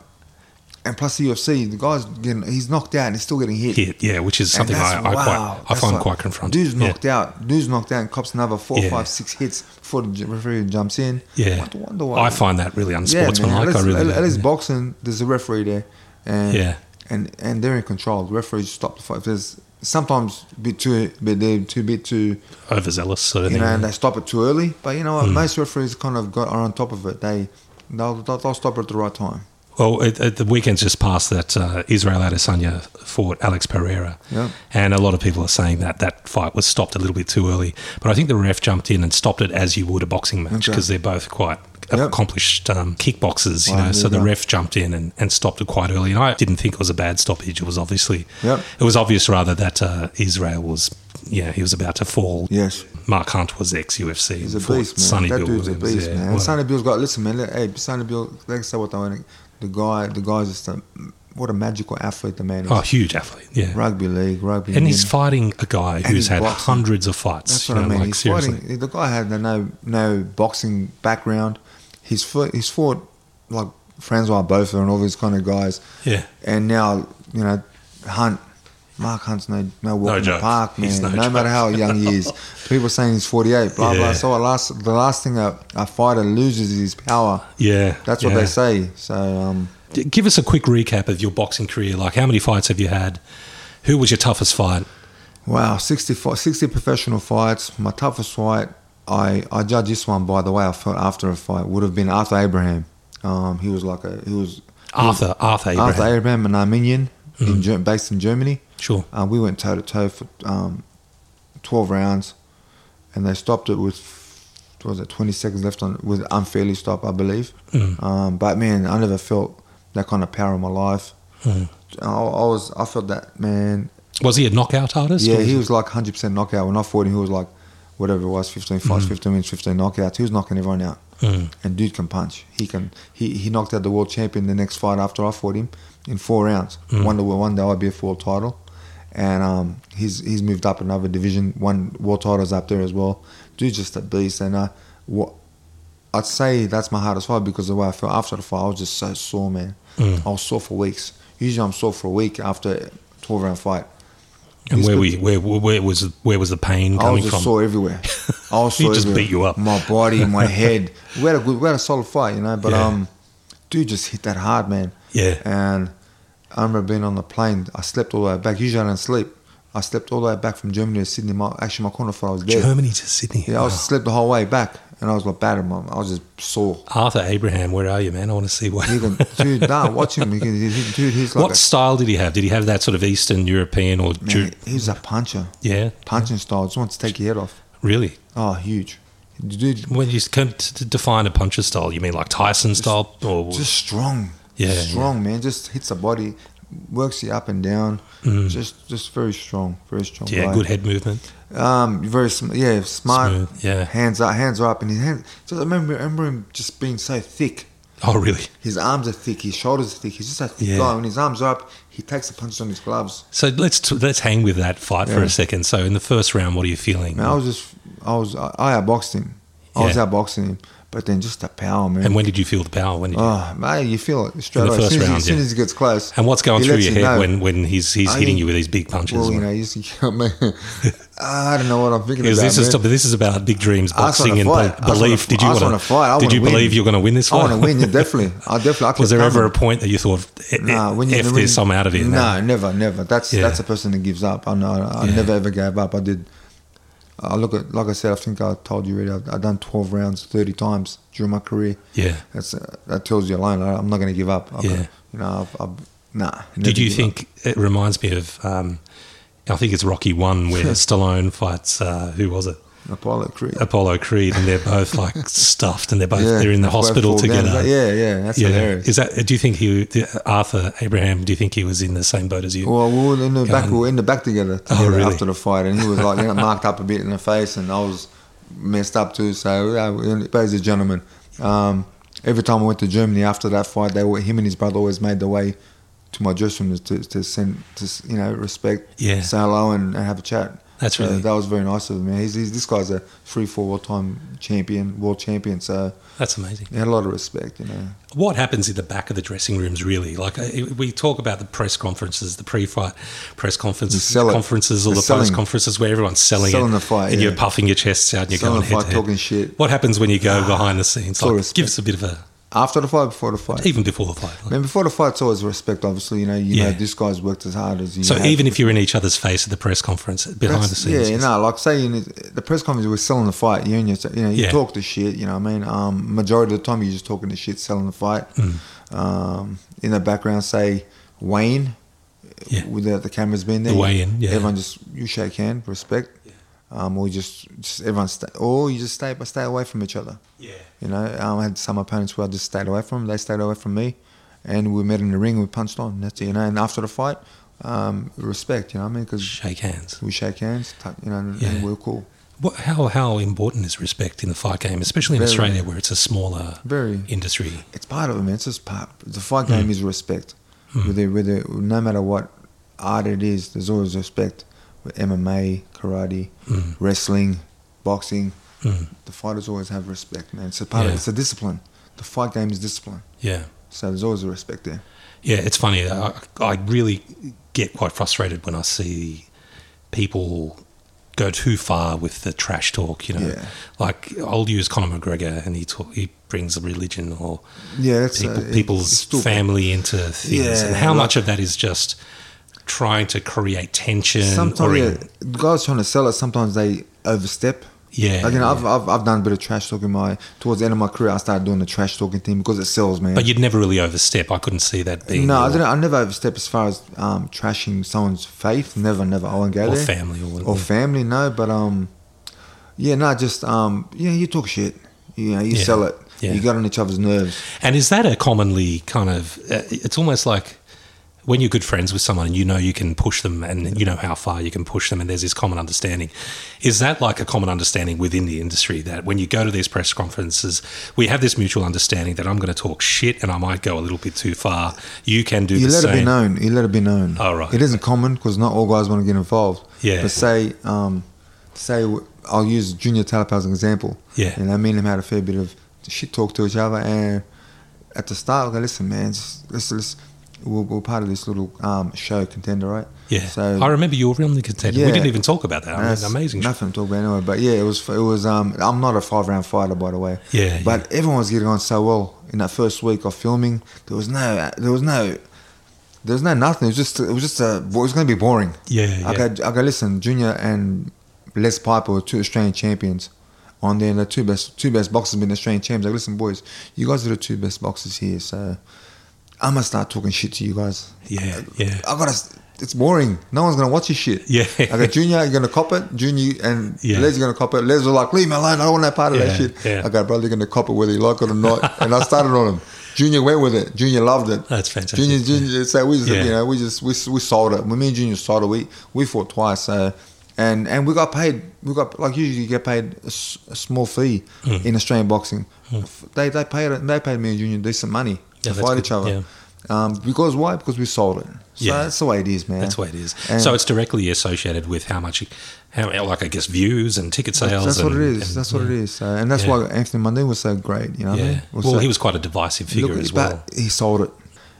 Speaker 2: And plus the UFC, the guy's getting he's knocked out and he's still getting hit.
Speaker 1: Yeah, yeah, which is
Speaker 2: And
Speaker 1: something
Speaker 2: that's-
Speaker 1: I, I,
Speaker 2: wow,
Speaker 1: quite, I
Speaker 2: that's
Speaker 1: find
Speaker 2: like,
Speaker 1: quite confronting.
Speaker 2: Dude's
Speaker 1: yeah.
Speaker 2: knocked out. Dude's knocked out and cops another four,
Speaker 1: Yeah.
Speaker 2: five, six hits before the j- referee jumps in.
Speaker 1: Yeah.
Speaker 2: What, wonder why?
Speaker 1: I find that really unsportsmanlike.
Speaker 2: At
Speaker 1: I
Speaker 2: least,
Speaker 1: really
Speaker 2: at- at
Speaker 1: do.
Speaker 2: least boxing, there's a referee there, and
Speaker 1: Yeah.
Speaker 2: and and they're in control. The referees stop the fight. There's sometimes a bit too, but they're too bit too,
Speaker 1: overzealous sort of
Speaker 2: you know,
Speaker 1: thing. Hmm.
Speaker 2: and they stop it too early. But you know what? Most referees kind of got are on top of it. They They'll, they'll, they'll stop her at the right time.
Speaker 1: Well, it, it, the weekend's just passed that uh, Israel Adesanya fought Alex Pereira.
Speaker 2: Yeah.
Speaker 1: And a lot of people are saying that that fight was stopped a little bit too early. But I think the ref jumped in and stopped it as you would a boxing match
Speaker 2: Okay.
Speaker 1: because they're both quite
Speaker 2: Yep.
Speaker 1: accomplished um, kickboxers, you
Speaker 2: Wow,
Speaker 1: know.
Speaker 2: there
Speaker 1: So
Speaker 2: you
Speaker 1: the
Speaker 2: go.
Speaker 1: ref jumped in and, and stopped it quite early. And I didn't think it was a bad stoppage. It was obviously,
Speaker 2: Yep.
Speaker 1: it was obvious rather that uh, Israel was, yeah, he was about to fall.
Speaker 2: Yes.
Speaker 1: Mark Hunt was ex UFC.
Speaker 2: He's a beast, man. that dude's a beast, man. And Sonny Bill's got. Listen, man. let- Hey, Sonny Bill. Like I said, what I want. The guy, the guy's just a what a magical athlete the man is.
Speaker 1: Oh, huge athlete. Yeah.
Speaker 2: Rugby league, rugby.
Speaker 1: And
Speaker 2: union.
Speaker 1: he's fighting a guy who's
Speaker 2: he's
Speaker 1: had
Speaker 2: boxing.
Speaker 1: hundreds of fights.
Speaker 2: That's
Speaker 1: you
Speaker 2: what I
Speaker 1: know,
Speaker 2: mean.
Speaker 1: like,
Speaker 2: he's
Speaker 1: seriously.
Speaker 2: fighting. The guy had no no boxing background. He's fought, he's fought like Francois Beaufort and all these kind of guys.
Speaker 1: Yeah.
Speaker 2: And now you know Hunt. Mark Hunt's no no walk
Speaker 1: No
Speaker 2: in the
Speaker 1: joke.
Speaker 2: park, man.
Speaker 1: He's
Speaker 2: no
Speaker 1: no joke.
Speaker 2: matter how young he is, people saying he's forty eight. Blah
Speaker 1: Yeah.
Speaker 2: blah. So I last the last thing a, a fighter loses is his power.
Speaker 1: Yeah.
Speaker 2: That's what
Speaker 1: yeah.
Speaker 2: they say. So um,
Speaker 1: D- Give us a quick recap of your boxing career. Like, how many fights have you had? Who was your toughest fight?
Speaker 2: wow, 60, fi- 60 professional fights. My toughest fight, I, I judge this one by the way. I felt after a fight would have been Arthur Abraham. Um, he was like a he was
Speaker 1: Arthur. Arthur Abraham.
Speaker 2: Mm. Arthur Abraham, an Armenian in Ger- based in Germany.
Speaker 1: Sure.
Speaker 2: Uh, we went toe to toe for um, twelve rounds, and they stopped it with what was it twenty seconds left on with unfairly stop, I believe.
Speaker 1: Mm.
Speaker 2: Um, but man, I never felt that kind of power in my life.
Speaker 1: Mm.
Speaker 2: I, I was I felt that man
Speaker 1: Was he a knockout artist?
Speaker 2: Yeah,
Speaker 1: or
Speaker 2: he was like 100% knockout. When I fought him, he was like, whatever it was, 15 fights, 15 wins, 15 knockouts. He was knocking everyone out.
Speaker 1: Mm.
Speaker 2: And dude can punch. He can. He, he knocked out the world champion the next fight after I fought him in four rounds. Won the won the IBF world title, and um, he's he's moved up another division. Won world titles up there as well. Dude's just a beast. And uh, what I'd say that's my hardest fight because the way I felt after the fight, I was just so sore, man. I was sore for weeks. Usually, I'm sore for a week after a 12 round fight.
Speaker 1: And
Speaker 2: he's
Speaker 1: where,
Speaker 2: good.
Speaker 1: we, where, where was where was the pain
Speaker 2: I was
Speaker 1: coming
Speaker 2: just
Speaker 1: from?
Speaker 2: sore everywhere. I was
Speaker 1: He
Speaker 2: sore
Speaker 1: just
Speaker 2: everywhere.
Speaker 1: beat you up.
Speaker 2: My body, my head. We had a good, we had a solid fight, you know. But
Speaker 1: Yeah.
Speaker 2: um, dude just hit that hard, man.
Speaker 1: Yeah.
Speaker 2: And I remember being on the plane. I slept all the way back. Usually I don't sleep. I slept all the way back from Germany to Sydney. My, actually, my corner fight I was dead.
Speaker 1: Germany to Sydney.
Speaker 2: Yeah, I was,
Speaker 1: Wow.
Speaker 2: slept the whole way back, and I was like battered, mum. I was just sore.
Speaker 1: Arthur Abraham, where are you, man? I want to see what.
Speaker 2: He can, dude, nah, watch him. He can, he, he- dude, he's like
Speaker 1: what style did he have? Did he have that sort of Eastern European or?
Speaker 2: a,
Speaker 1: Ju-
Speaker 2: man, he's a puncher,
Speaker 1: yeah.
Speaker 2: punching style. Just wants to take your head off.
Speaker 1: Really.
Speaker 2: Oh, huge, dude.
Speaker 1: When you can t- t- define a puncher style, you mean like Tyson style or
Speaker 2: just strong.
Speaker 1: Yeah,
Speaker 2: strong man. Just hits the body, works you up and down. Just, just very strong, very strong.
Speaker 1: Mm. yeah,
Speaker 2: guy.
Speaker 1: good head movement.
Speaker 2: Um, very sm- yeah, smart.
Speaker 1: Smooth, yeah.
Speaker 2: hands up, hands are up, and his hands. Just I remember, I remember him just being so thick.
Speaker 1: Oh, really?
Speaker 2: His arms are thick. His shoulders are thick. He's just a thick
Speaker 1: Yeah.
Speaker 2: guy. When his arms are up, he takes the punches on his gloves.
Speaker 1: So let's t- let's hang with that fight for
Speaker 2: Yeah.
Speaker 1: a second. So in the first round, what are you feeling?
Speaker 2: Man, I was just, I was, I, I outboxed him. I was
Speaker 1: Yeah.
Speaker 2: outboxing him, but then just the power, man.
Speaker 1: and when did you feel the power? When did you,
Speaker 2: oh, man, you feel it straight
Speaker 1: the
Speaker 2: away. As
Speaker 1: first
Speaker 2: soon as, he-
Speaker 1: round,
Speaker 2: as soon
Speaker 1: yeah.
Speaker 2: as he gets close.
Speaker 1: and what's going
Speaker 2: he
Speaker 1: through
Speaker 2: lets
Speaker 1: your
Speaker 2: you
Speaker 1: head
Speaker 2: know.
Speaker 1: when when he's he's
Speaker 2: I-
Speaker 1: hitting you with these big punches?
Speaker 2: Well, you know, you see, I, mean, I don't know what I'm thinking
Speaker 1: because
Speaker 2: about.
Speaker 1: this is
Speaker 2: man.
Speaker 1: this is about big dreams,
Speaker 2: I just
Speaker 1: boxing,
Speaker 2: wanna
Speaker 1: and
Speaker 2: fight.
Speaker 1: be-
Speaker 2: I just
Speaker 1: belief.
Speaker 2: wanna-
Speaker 1: Did you
Speaker 2: I just
Speaker 1: want
Speaker 2: wanna fight. I
Speaker 1: Did
Speaker 2: wanna
Speaker 1: you
Speaker 2: win.
Speaker 1: believe you're going to win this
Speaker 2: I
Speaker 1: fight?
Speaker 2: want to win. Yeah, definitely. I definitely. I
Speaker 1: Was
Speaker 2: kept
Speaker 1: there ever a
Speaker 2: coming.
Speaker 1: point that you thought, "Eh,
Speaker 2: Nah,
Speaker 1: eh,
Speaker 2: when you're
Speaker 1: "F
Speaker 2: in the
Speaker 1: this,
Speaker 2: ring-
Speaker 1: I'm out of here"?
Speaker 2: No,
Speaker 1: now?
Speaker 2: never, never. That's
Speaker 1: Yeah.
Speaker 2: that's a person that gives up. I know. I, I
Speaker 1: Yeah.
Speaker 2: never ever gave up. I did. I look at like I said. I think I told you already. I've, I've done 12 rounds 30 times during my career.
Speaker 1: Yeah.
Speaker 2: That's uh, that tells you alone. I, I'm not going to give up. I've,
Speaker 1: Yeah.
Speaker 2: You know. I've, I've, nah.
Speaker 1: Did
Speaker 2: never
Speaker 1: you
Speaker 2: give up.
Speaker 1: think it reminds me of? Um, I think it's Rocky One where Stallone fights. Uh, who was it?
Speaker 2: Apollo Creed?
Speaker 1: Apollo Creed, and they're both like stuffed, and they're both
Speaker 2: Yeah,
Speaker 1: they're in the
Speaker 2: that's why I
Speaker 1: hospital
Speaker 2: fall down.
Speaker 1: together.
Speaker 2: Yeah, yeah. That's
Speaker 1: yeah.
Speaker 2: hilarious.
Speaker 1: Is that? Do you think he Arthur Abraham? Do you think he was in the same boat as you?
Speaker 2: Well, we were in the back.
Speaker 1: on.
Speaker 2: We were in the back together, together
Speaker 1: Oh, really?
Speaker 2: after the fight, and he was like you know, marked up a bit in the face, and I was messed up too. So, yeah, we- but he's a gentleman. Um, every time I went to Germany after that fight, they were him and his brother always made the way to my dressing room to, to send to s- you know respect,
Speaker 1: Yeah.
Speaker 2: say hello, and, and have a chat.
Speaker 1: That's
Speaker 2: So
Speaker 1: really-
Speaker 2: that was very nice of him. man. He's, he's this guy's a three, four world time champion, world champion. So
Speaker 1: That's amazing.
Speaker 2: he had a lot of respect, you know.
Speaker 1: What happens in the back of the dressing rooms, really? Like uh, we talk about the press conferences, the pre-fight press conferences,
Speaker 2: The sell it.
Speaker 1: conferences, or
Speaker 2: The
Speaker 1: the
Speaker 2: selling.
Speaker 1: post conferences where everyone's selling,
Speaker 2: Selling
Speaker 1: it,
Speaker 2: the fight,
Speaker 1: and
Speaker 2: yeah.
Speaker 1: you're puffing your chests out, and you're
Speaker 2: Selling
Speaker 1: going head
Speaker 2: the fight,
Speaker 1: to head.
Speaker 2: talking shit.
Speaker 1: What happens when you go behind the scenes?
Speaker 2: Full
Speaker 1: Like,
Speaker 2: respect.
Speaker 1: give us a bit of a
Speaker 2: After the fight, before the fight.
Speaker 1: Even before the fight.
Speaker 2: I mean, before the fight, it's always respect. Obviously, you know, you know,
Speaker 1: Yeah.
Speaker 2: this guy's worked as hard as you.
Speaker 1: so
Speaker 2: have.
Speaker 1: even if you're in each other's face at the press conference, behind the
Speaker 2: That's-
Speaker 1: scenes.
Speaker 2: Yeah,
Speaker 1: yes.
Speaker 2: no, like say in the the press conference, we're selling the fight. You and your, you know, you
Speaker 1: Yeah.
Speaker 2: talk the shit. You know, what I mean, um, majority of the time you're just talking the shit, selling the fight.
Speaker 1: Hmm.
Speaker 2: Um, in the background, say Wayne,
Speaker 1: Yeah.
Speaker 2: without the cameras being there.
Speaker 1: The weigh-in, yeah.
Speaker 2: Everyone just you shake hand, respect. Um, or you just, just everyone stay, or you just stay, but stay away from each other. You know, um, I had some opponents where I just stayed away from. They stayed away from me, and we met in the ring. We punched on. That's it, you know. And after the fight, um, respect. You know what I mean? Because
Speaker 1: Shake hands.
Speaker 2: we shake hands, tou- you know, and,
Speaker 1: Yeah.
Speaker 2: and we're cool.
Speaker 1: What, how how important is respect in the fight game, especially in
Speaker 2: Very.
Speaker 1: Australia, where it's a smaller
Speaker 2: Very.
Speaker 1: industry?
Speaker 2: It's part of it, man. It's just part. The fight
Speaker 1: Mm.
Speaker 2: game is respect. Whether, whether, no matter what art it is, there's always respect. With MMA, karate, wrestling, boxing,
Speaker 1: Mm.
Speaker 2: the fighters always have respect, man. It's a part.
Speaker 1: Yeah.
Speaker 2: Of, it's a discipline. The fight game is discipline.
Speaker 1: Yeah,
Speaker 2: So there's always a respect there.
Speaker 1: yeah. It's funny. I, I really get quite frustrated when I see people go too far with the trash talk. You know,
Speaker 2: Yeah.
Speaker 1: like I'll use Conor McGregor, and he talk, he brings religion or
Speaker 2: Yeah, that's
Speaker 1: people,
Speaker 2: uh, it- it's
Speaker 1: people's
Speaker 2: still-
Speaker 1: family into things,
Speaker 2: Yeah,
Speaker 1: and how
Speaker 2: like-
Speaker 1: much of that is just trying to create tension or
Speaker 2: Sometimes yeah,
Speaker 1: in,
Speaker 2: the guys trying to sell it. Sometimes they overstep.
Speaker 1: yeah,
Speaker 2: Like you know,
Speaker 1: yeah.
Speaker 2: I've, I've I've done a bit of trash talking. My towards the end of my career, I started doing the trash talking thing because it sells, man.
Speaker 1: but you'd never really overstep. I couldn't see that being
Speaker 2: no, I
Speaker 1: your-
Speaker 2: didn't. I never overstep as far as um, trashing someone's faith. Never, never. I won't go
Speaker 1: or
Speaker 2: there.
Speaker 1: family or,
Speaker 2: Or family, no. But um, yeah, no. Just um, yeah, you talk shit. You know, you
Speaker 1: Yeah.
Speaker 2: sell it.
Speaker 1: Yeah.
Speaker 2: You got on each other's nerves.
Speaker 1: And is that a commonly kind of? Uh, it's almost like when you're good friends with someone and you know you can push them and you know how far you can push them, and there's this common understanding. Is that like a common understanding within the industry that when you go to these press conferences, we have this mutual understanding that I'm going to talk shit and I might go a little bit too far. You can do
Speaker 2: You
Speaker 1: the
Speaker 2: let
Speaker 1: same.
Speaker 2: it be known. You let it be known.
Speaker 1: Oh, right.
Speaker 2: It isn't common because not all guys want to get involved.
Speaker 1: Yeah.
Speaker 2: But say, um, say I'll use Junior Talapa as an example.
Speaker 1: Yeah.
Speaker 2: And I mean him had a fair bit of shit talk to each other, and at the start, I go, listen, man, just, let's let's we're, we're part of this little um, show contender, right?
Speaker 1: Yeah,
Speaker 2: So
Speaker 1: I remember you were on the contender. we
Speaker 2: Yeah.
Speaker 1: didn't even talk about that. I mean,
Speaker 2: that's
Speaker 1: amazing. shit.
Speaker 2: Nothing to talk about anyway. But yeah, it was it was. Um, I'm not a five round fighter, by the way.
Speaker 1: Yeah,
Speaker 2: But everyone was getting on so well in that first week of filming. There was no. There was no. There was no nothing. It was just. It was just a. It was going to be boring.
Speaker 1: Yeah,
Speaker 2: I
Speaker 1: yeah.
Speaker 2: go. I go. Listen, Junior and Les Piper were two Australian champions. On there, and the two best, two best boxers been Australian champions. Like, listen, boys, you guys are the two best boxers here, so I'm gonna start talking shit to you guys.
Speaker 1: Yeah, yeah.
Speaker 2: I gotta. It's boring. No one's gonna watch this shit.
Speaker 1: Yeah.
Speaker 2: I got Junior. You're gonna cop it. Junior and
Speaker 1: Yeah.
Speaker 2: Les are gonna cop it. Les was like, leave me alone. I don't want that part of
Speaker 1: Yeah,
Speaker 2: that shit.
Speaker 1: yeah.
Speaker 2: I got brother. You're gonna cop it whether you like it or not. and I started on him. Junior went with it. Junior loved it.
Speaker 1: That's fantastic.
Speaker 2: Junior, Junior. So we just,
Speaker 1: Yeah.
Speaker 2: you know, we just we, we sold it. Me and Junior sold it. We we fought twice. So. And, and we got paid. We got like usually you get paid a, s- a small fee
Speaker 1: Hmm.
Speaker 2: in Australian boxing. F- They they paid it- they paid me and Junior decent money
Speaker 1: Yeah,
Speaker 2: to
Speaker 1: that's
Speaker 2: fight
Speaker 1: good.
Speaker 2: each other.
Speaker 1: Yeah.
Speaker 2: Um, because why? Because we sold it. So
Speaker 1: Yeah.
Speaker 2: that's the way it is, man.
Speaker 1: That's the way it is.
Speaker 2: And-
Speaker 1: so it's directly associated with how much, how like I guess views and ticket sales.
Speaker 2: That's what
Speaker 1: and-
Speaker 2: it is.
Speaker 1: and-
Speaker 2: That's what it is. So, and that's
Speaker 1: Yeah.
Speaker 2: why Anthony Mundine was so great. You know what I
Speaker 1: Yeah.
Speaker 2: mean?
Speaker 1: Well,
Speaker 2: so-
Speaker 1: he was quite a divisive
Speaker 2: look,
Speaker 1: figure as
Speaker 2: but
Speaker 1: well.
Speaker 2: He sold it.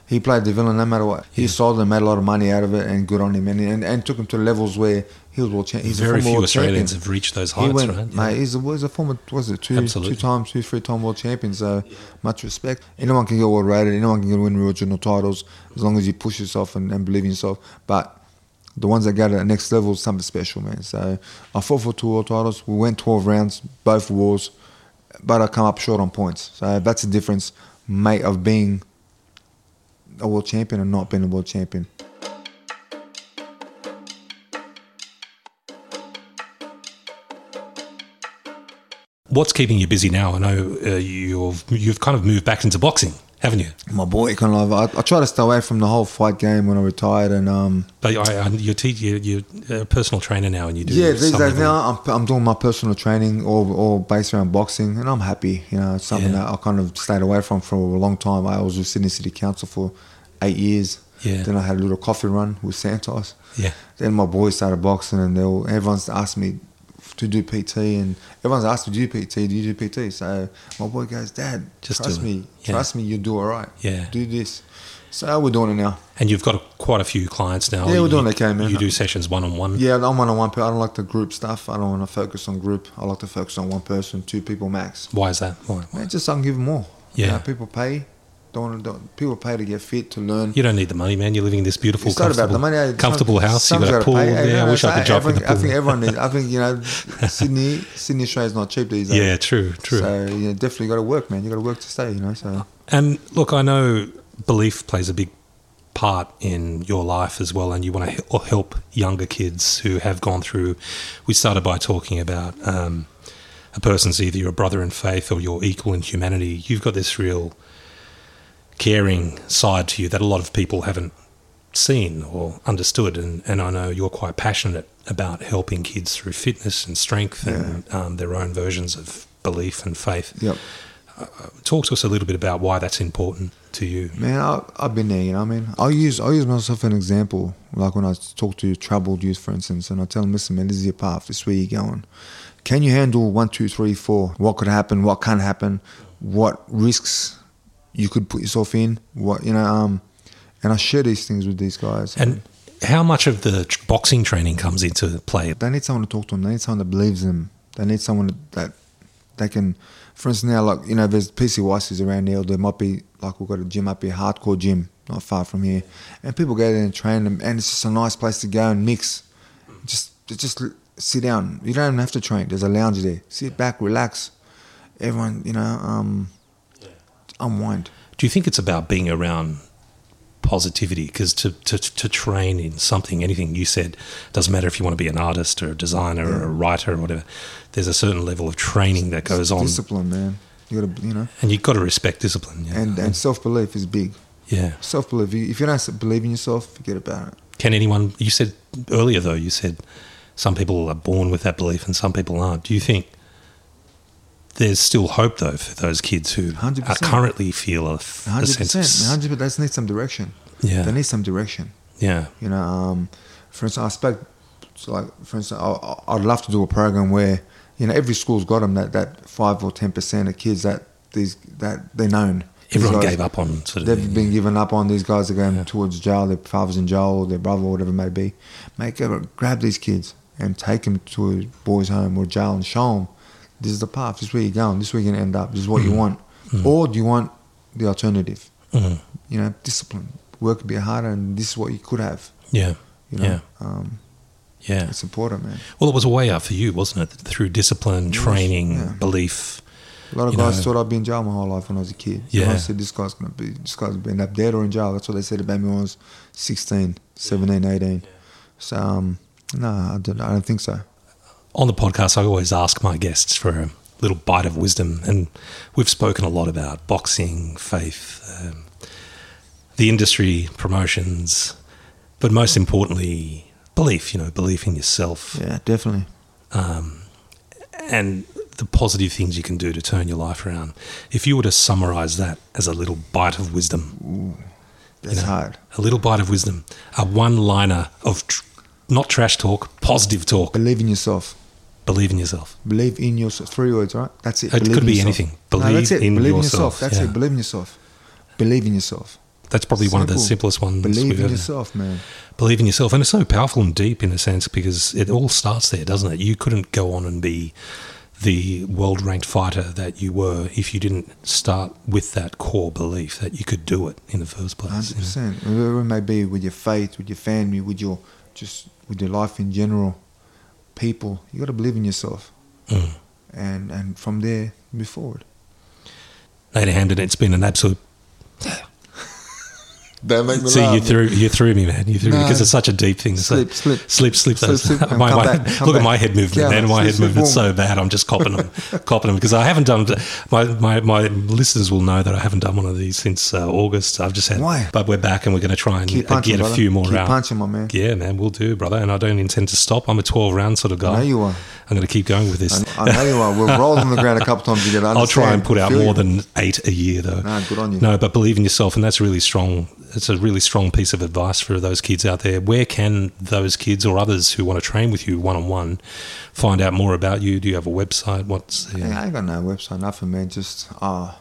Speaker 2: He played the villain no matter what. He sold it, made a lot of money out of it, and good on him. And and, and took him to levels where he was world champion. He's
Speaker 1: Very
Speaker 2: a former
Speaker 1: few
Speaker 2: world
Speaker 1: Australians
Speaker 2: champion.
Speaker 1: have reached those
Speaker 2: He
Speaker 1: heights,
Speaker 2: went,
Speaker 1: right?
Speaker 2: mate. He's a, was a former, was it two,
Speaker 1: Absolutely.
Speaker 2: two time, two, three time world champion. So much respect. Anyone can get world rated. Anyone can win regional titles as long as you push yourself and, and believe in yourself. But the ones that go to the next level is something special, man. So I fought for two world titles. We went 12 rounds, both wars, but I come up short on points. So that's the difference, mate, of being a world champion and not being a world champion.
Speaker 1: What's keeping you busy now? I know uh, you've you've kind of moved back into boxing, haven't you?
Speaker 2: My boy, kind of. I, I try to stay away from the whole fight game when I retired, and um,
Speaker 1: But I, I, you're, te- you're, you're a personal trainer now, and you do
Speaker 2: Yeah, these
Speaker 1: some
Speaker 2: days
Speaker 1: level-
Speaker 2: now I'm, I'm doing my personal training all, all based around boxing, and I'm happy. You know, it's something
Speaker 1: Yeah.
Speaker 2: that I kind of stayed away from for a long time. I was with Sydney City Council for eight years.
Speaker 1: Yeah.
Speaker 2: Then I had a little coffee run with Santos.
Speaker 1: Yeah.
Speaker 2: Then my boys started boxing, and they all, everyone's asked me to do PT, and everyone's asked me to do PT. Do you do PT? So my boy goes, Dad,
Speaker 1: Just
Speaker 2: trust
Speaker 1: do it."
Speaker 2: me,
Speaker 1: Yeah.
Speaker 2: trust me, you'll do all right.
Speaker 1: Yeah.
Speaker 2: do this. So we're doing it now.
Speaker 1: and you've got a, quite a few clients now.
Speaker 2: Yeah, we're
Speaker 1: You-
Speaker 2: doing okay, man.
Speaker 1: You do sessions one on one.
Speaker 2: Yeah, I'm one on one. I don't like the group stuff. I don't want to focus on group. I like to focus on one person, two people max.
Speaker 1: Why is that? Why?
Speaker 2: Man, just I can give them more. You
Speaker 1: Yeah.
Speaker 2: know, people pay. Don't, wanna- don't people pay to get fit to learn.
Speaker 1: You don't need the money, man. You're living in this beautiful,
Speaker 2: It's not about
Speaker 1: comfortable,
Speaker 2: the money. eh,
Speaker 1: comfortable
Speaker 2: some-
Speaker 1: house. You've
Speaker 2: some's
Speaker 1: got a
Speaker 2: gotta
Speaker 1: pool.
Speaker 2: pay.
Speaker 1: Yeah,
Speaker 2: Eh, no,
Speaker 1: I wish
Speaker 2: so
Speaker 1: I could jump in
Speaker 2: everyone-
Speaker 1: the pool.
Speaker 2: I think everyone needs. I think you know, Sydney, Sydney, Australia's not cheap these days.
Speaker 1: yeah, true, true. Uh,
Speaker 2: So you know, definitely got to work, man. You got to work to stay. You know, so
Speaker 1: And look, I know belief plays a big part in your life as well, and you want to hel- help younger kids who have gone through. We started by talking about um, a person's either your brother in faith or your equal in humanity. You've got this real caring side to you that a lot of people haven't seen or understood, and, and I know you're quite passionate about helping kids through fitness and strength and um, their own versions of belief and faith
Speaker 2: yep.
Speaker 1: talk to us a little bit about why that's important to you.
Speaker 2: Man, I, I've been there. You know, what I mean, I use I use myself as an example. Like when I talk to troubled youth, for instance, and I tell them, listen, man, this is your path. This is where you're going. Can you handle one, two, three, four? What could happen? What can happen? What risks you could put yourself in? What you know? Um, and I share these things with these guys.
Speaker 1: And how much of the tr- boxing training comes into play?
Speaker 2: they need someone to talk to them. They need someone that believes in them. They need someone that they can. For instance, now like you know, there's PCYCs around here. or There might be like we've got a gym up here, hardcore gym, not far from here, and people go there and train them. And it's just a nice place to go and mix. Just just l- sit down. You don't even have to train. There's a lounge there. Sit back, relax. Everyone, you know, um, unwind.
Speaker 1: Do you think it's about being around positivity? Because to, to, to train in something, anything you said, doesn't matter if you want to be an artist or a designer or a writer or whatever, there's a certain level of training that goes on.
Speaker 2: Discipline, man. You gotta, you know,
Speaker 1: And you've got to respect discipline. Yeah.
Speaker 2: and and self belief is big.
Speaker 1: yeah.
Speaker 2: Self belief. If you don't believe in yourself, forget about it.
Speaker 1: Can anyone, you said earlier though, you said some people are born with that belief and some people aren't. Do you think there's still hope though for those kids who are
Speaker 2: 100%.
Speaker 1: currently feel a, f- a
Speaker 2: hundred
Speaker 1: sense of.
Speaker 2: percent,
Speaker 1: s-
Speaker 2: hundred percent. They need some direction. They
Speaker 1: Yeah.
Speaker 2: need some direction.
Speaker 1: Yeah.
Speaker 2: You know, um, for instance, I expect, so like for instance, I, I- I'd love to do a program where you know every school's got them that that five or ten percent of kids that these that they're known. These
Speaker 1: Everyone
Speaker 2: guys,
Speaker 1: gave up on sort of.
Speaker 2: They've
Speaker 1: thing.
Speaker 2: been given up on. These guys are going
Speaker 1: Yeah.
Speaker 2: towards jail. Their father's in jail, or their brother, or whatever it may be. Mate, go, grab these kids and take them to a boys' home or jail and show them this is the path. This is where you're going. This is where you're going to end up. This is what
Speaker 1: Mm-hmm.
Speaker 2: you want. Or do you want the alternative?
Speaker 1: Mm.
Speaker 2: you know, discipline, work a bit harder, and this is what you could have.
Speaker 1: Yeah.
Speaker 2: You know,
Speaker 1: Yeah.
Speaker 2: um,
Speaker 1: Yeah.
Speaker 2: it's important, man.
Speaker 1: Well, it was a way out for you, wasn't it? Through discipline, training,
Speaker 2: yeah.
Speaker 1: belief.
Speaker 2: A lot of
Speaker 1: You
Speaker 2: guys
Speaker 1: know-
Speaker 2: thought I'd be in jail my whole life when I was a kid.
Speaker 1: Yeah.
Speaker 2: And I said, this guy's going to be, this guy's going to end up dead or in jail. That's what they said about me when I was 16, 17, 18. So, um, no, I don't, I don't think so.
Speaker 1: On the podcast, I always ask my guests for a little bite of wisdom, and we've spoken a lot about boxing, faith, um, the industry, promotions, but most importantly, belief. You know, belief in yourself
Speaker 2: Yeah, definitely.
Speaker 1: and the positive things you can do to turn your life around. If you were to summarize that as a little bite of wisdom,
Speaker 2: That's
Speaker 1: know,
Speaker 2: hard.
Speaker 1: a little bite of wisdom, a one-liner of tr- not trash talk, positive talk.
Speaker 2: Believe in yourself.
Speaker 1: Believe in yourself.
Speaker 2: Believe in yourself. Three words, right? That's it.
Speaker 1: It
Speaker 2: Believe
Speaker 1: could
Speaker 2: in
Speaker 1: be
Speaker 2: yourself.
Speaker 1: anything.
Speaker 2: no, that's
Speaker 1: Believe
Speaker 2: it.
Speaker 1: in
Speaker 2: Believe
Speaker 1: yourself,
Speaker 2: in yourself. That's
Speaker 1: yeah.
Speaker 2: it. Believe in yourself. Believe in yourself.
Speaker 1: That's probably one of the
Speaker 2: Simple.
Speaker 1: simplest ones.
Speaker 2: Believe
Speaker 1: we've
Speaker 2: in
Speaker 1: ever-
Speaker 2: yourself, man.
Speaker 1: Believe in yourself, and it's so powerful and deep in a sense because it all starts there, doesn't it? You couldn't go on and be the world-ranked fighter that you were if you didn't start with that core belief that you could do it in the first place.
Speaker 2: Hundred
Speaker 1: you know?
Speaker 2: percent. Whatever it may be, with your faith, with your family, with your just with your life in general, people, you got to believe in yourself,
Speaker 1: Mm.
Speaker 2: and and from there, move forward.
Speaker 1: Nate Hamden, it's been an absolute.
Speaker 2: Don't make
Speaker 1: See, you threw you threw me, man. You threw me
Speaker 2: No.
Speaker 1: because it's such a deep thing. So-
Speaker 2: Slip, slip.
Speaker 1: Slip, slip,
Speaker 2: Slip,
Speaker 1: those.
Speaker 2: slip, and
Speaker 1: my,
Speaker 2: come
Speaker 1: my-
Speaker 2: back, come
Speaker 1: look at
Speaker 2: back.
Speaker 1: my head movement,
Speaker 2: Yeah,
Speaker 1: man. My
Speaker 2: slip,
Speaker 1: head
Speaker 2: slip,
Speaker 1: movement's
Speaker 2: boom.
Speaker 1: so bad. I'm just copping them, copping them because I haven't done. My, my my listeners will know that I haven't done one of these since uh, August. I've just had.
Speaker 2: Why?
Speaker 1: But we're back and we're going to try and
Speaker 2: Keep
Speaker 1: uh,
Speaker 2: punching,
Speaker 1: get a
Speaker 2: brother.
Speaker 1: few more
Speaker 2: Keep
Speaker 1: rounds.
Speaker 2: punching, my man.
Speaker 1: Yeah, man, we'll do, brother. And I don't intend to stop. I'm a 12 round sort of guy.
Speaker 2: I know you are.
Speaker 1: I'm going to keep going with this.
Speaker 2: I, I know you are. we have rolled on the ground a couple times together.
Speaker 1: I'll try and put out more than eight a year, though.
Speaker 2: Nah, good on you.
Speaker 1: No, but believe in yourself, and that's really strong. It's a really strong piece of advice for those kids out there. Where can those kids or others who want to train with you one on one find out more about you? Do you have a website? What's the,
Speaker 2: Yeah, I ain't got no website, nothing, man. Just uh,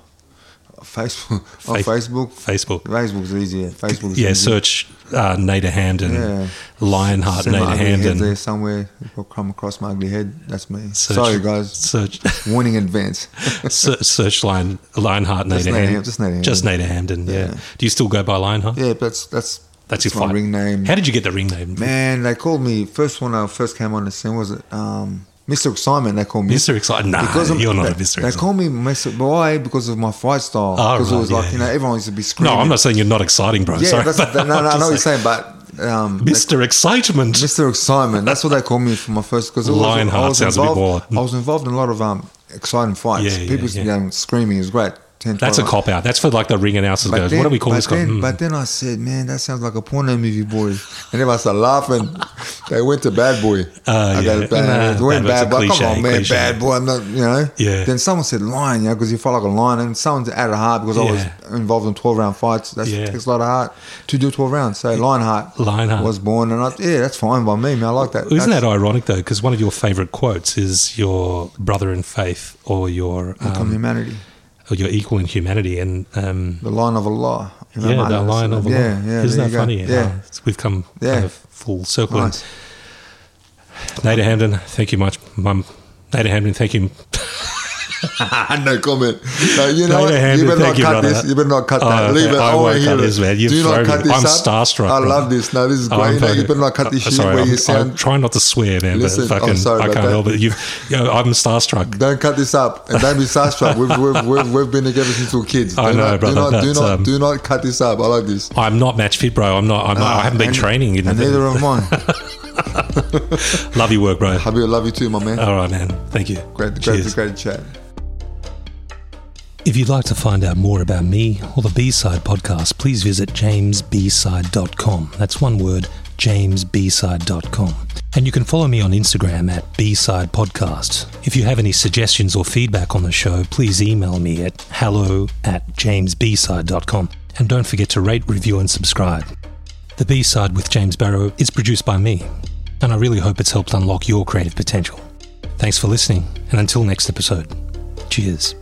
Speaker 2: Facebook. on Facebook.
Speaker 1: Facebook.
Speaker 2: Facebook's easier. Facebook's
Speaker 1: Yeah,
Speaker 2: easier.
Speaker 1: search uh, Nader Hamden,
Speaker 2: Yeah.
Speaker 1: Lionheart
Speaker 2: See my
Speaker 1: Nader
Speaker 2: ugly head
Speaker 1: Hamden.
Speaker 2: there somewhere. If I come across my ugly head, that's me.
Speaker 1: Search-
Speaker 2: Sorry, guys.
Speaker 1: Search,
Speaker 2: Warning in advance.
Speaker 1: search, search Lion, Lionheart Nader
Speaker 2: Just Nader-
Speaker 1: Hamden.
Speaker 2: just Nader Hamden.
Speaker 1: Just Nader Hamden, yeah.
Speaker 2: Yeah.
Speaker 1: Do you still go by Lionheart?
Speaker 2: yeah, but that's that's
Speaker 1: That's your
Speaker 2: my
Speaker 1: fight.
Speaker 2: ring name.
Speaker 1: How did you get the ring name?
Speaker 2: Man, they called me first when I first came on the scene. Was it um, Mr. Excitement? They called me
Speaker 1: Mr. Excited? Nah,
Speaker 2: of-
Speaker 1: Ah, you're not
Speaker 2: they,
Speaker 1: a Mr.
Speaker 2: They
Speaker 1: Excited.
Speaker 2: call me Mr. Why? Because of my fight style.
Speaker 1: Oh,
Speaker 2: Because
Speaker 1: right,
Speaker 2: it was like
Speaker 1: yeah,
Speaker 2: you know everyone used to be
Speaker 1: no,
Speaker 2: screaming.
Speaker 1: I'm not saying you're not exciting, bro.
Speaker 2: Yeah,
Speaker 1: Sorry.
Speaker 2: that's,
Speaker 1: but
Speaker 2: no, no,
Speaker 1: I'm
Speaker 2: I
Speaker 1: just
Speaker 2: know what you're
Speaker 1: saying,
Speaker 2: saying, but um, they
Speaker 1: Mr. Excitement.
Speaker 2: Mr. Excitement. That's what they call me for my first because
Speaker 1: Lionheart sounds a bit
Speaker 2: involved,
Speaker 1: more-
Speaker 2: I was involved in a lot of um, exciting fights.
Speaker 1: Yeah, yeah,
Speaker 2: People used to be um, screaming. It was great. 10,
Speaker 1: That's a
Speaker 2: 12.
Speaker 1: cop out. That's for like the ring announcers
Speaker 2: But
Speaker 1: goes,
Speaker 2: then-
Speaker 1: what do we call
Speaker 2: but
Speaker 1: this guy?
Speaker 2: Then,
Speaker 1: Mm.
Speaker 2: But then I said, man, that sounds like a porno movie, boy. And everyone started laughing. they went to Bad Boy.
Speaker 1: Uh,
Speaker 2: I
Speaker 1: yeah.
Speaker 2: got bad.
Speaker 1: Nah,
Speaker 2: went
Speaker 1: Bad
Speaker 2: bad,
Speaker 1: Boy's a
Speaker 2: boy. Come
Speaker 1: cliche,
Speaker 2: on, man,
Speaker 1: cliche.
Speaker 2: bad boy. I'm not, you know.
Speaker 1: Yeah.
Speaker 2: Then someone said lion, you know, because you fight like a lion, and someone added heart because I was involved in twelve round fights. That
Speaker 1: Yeah.
Speaker 2: takes a lot of heart to do twelve rounds. So Lionheart,
Speaker 1: Lionheart.
Speaker 2: was born, and I, yeah, that's fine by me. Man, I like that.
Speaker 1: Uh-huh. Isn't
Speaker 2: That's-
Speaker 1: that ironic though? Because one of your favorite quotes is your brother in faith or your
Speaker 2: from
Speaker 1: um,
Speaker 2: humanity?
Speaker 1: or your equal in humanity, and um,
Speaker 2: The line of Allah. You know,
Speaker 1: yeah,
Speaker 2: man,
Speaker 1: the
Speaker 2: that's-
Speaker 1: line of Allah.
Speaker 2: Yeah,
Speaker 1: Isn't
Speaker 2: yeah. there
Speaker 1: that
Speaker 2: you go.
Speaker 1: funny?
Speaker 2: Yeah,
Speaker 1: how it's- we've come kind
Speaker 2: Yeah.
Speaker 1: of full circle.
Speaker 2: nice.
Speaker 1: Nader Hamden, thank you much, Mum. Nader Hamden, thank you.
Speaker 2: no comment. No, you
Speaker 1: Nader
Speaker 2: know what?
Speaker 1: Hamden,
Speaker 2: You
Speaker 1: thank
Speaker 2: better not
Speaker 1: you,
Speaker 2: cut
Speaker 1: brother.
Speaker 2: this. You better not cut
Speaker 1: Oh,
Speaker 2: that.
Speaker 1: okay.
Speaker 2: Leave it.
Speaker 1: I
Speaker 2: I
Speaker 1: won't
Speaker 2: want to
Speaker 1: cut
Speaker 2: hear
Speaker 1: this, man.
Speaker 2: it.
Speaker 1: You've
Speaker 2: Do not
Speaker 1: thrown
Speaker 2: cut
Speaker 1: me.
Speaker 2: this
Speaker 1: I'm
Speaker 2: up.
Speaker 1: starstruck,
Speaker 2: I
Speaker 1: bro.
Speaker 2: love this. No, this is
Speaker 1: Oh, I'm
Speaker 2: great. No, you
Speaker 1: fucking-
Speaker 2: better not cut
Speaker 1: I'm
Speaker 2: this shit
Speaker 1: sorry,
Speaker 2: where
Speaker 1: I'm,
Speaker 2: you
Speaker 1: I'm
Speaker 2: sound.
Speaker 1: trying not to swear, man.
Speaker 2: Listen, I'm
Speaker 1: but fucking,
Speaker 2: sorry
Speaker 1: I
Speaker 2: about
Speaker 1: can't
Speaker 2: that.
Speaker 1: help it. You've, you know, I'm starstruck.
Speaker 2: Don't cut this up and don't be starstruck. We've, we've, we've, we've been together since we were kids.
Speaker 1: I
Speaker 2: do
Speaker 1: know,
Speaker 2: not,
Speaker 1: brother,
Speaker 2: Do not, do
Speaker 1: that's,
Speaker 2: not,
Speaker 1: um,
Speaker 2: do not cut this up. I like this.
Speaker 1: I'm not match fit, bro. I'm not. I'm not I haven't been
Speaker 2: And-
Speaker 1: training. In
Speaker 2: And neither of mine.
Speaker 1: Love your work, bro.
Speaker 2: Happy, I love you too, my man.
Speaker 1: All right, man. Thank you.
Speaker 2: Great,
Speaker 1: Uh, Cheers.
Speaker 2: great, great chat.
Speaker 1: If you'd like to find out more about me or the B-Side podcast, please visit jamesbside.com. That's one word, jamesbside.com. And you can follow me on Instagram at B-Side Podcast. If you have any suggestions or feedback on the show, please email me at hello at jamesbside.com. And don't forget to rate, review, and subscribe. The B-Side with James Barrow is produced by me, and I really hope it's helped unlock your creative potential. Thanks for listening, and until next episode, cheers.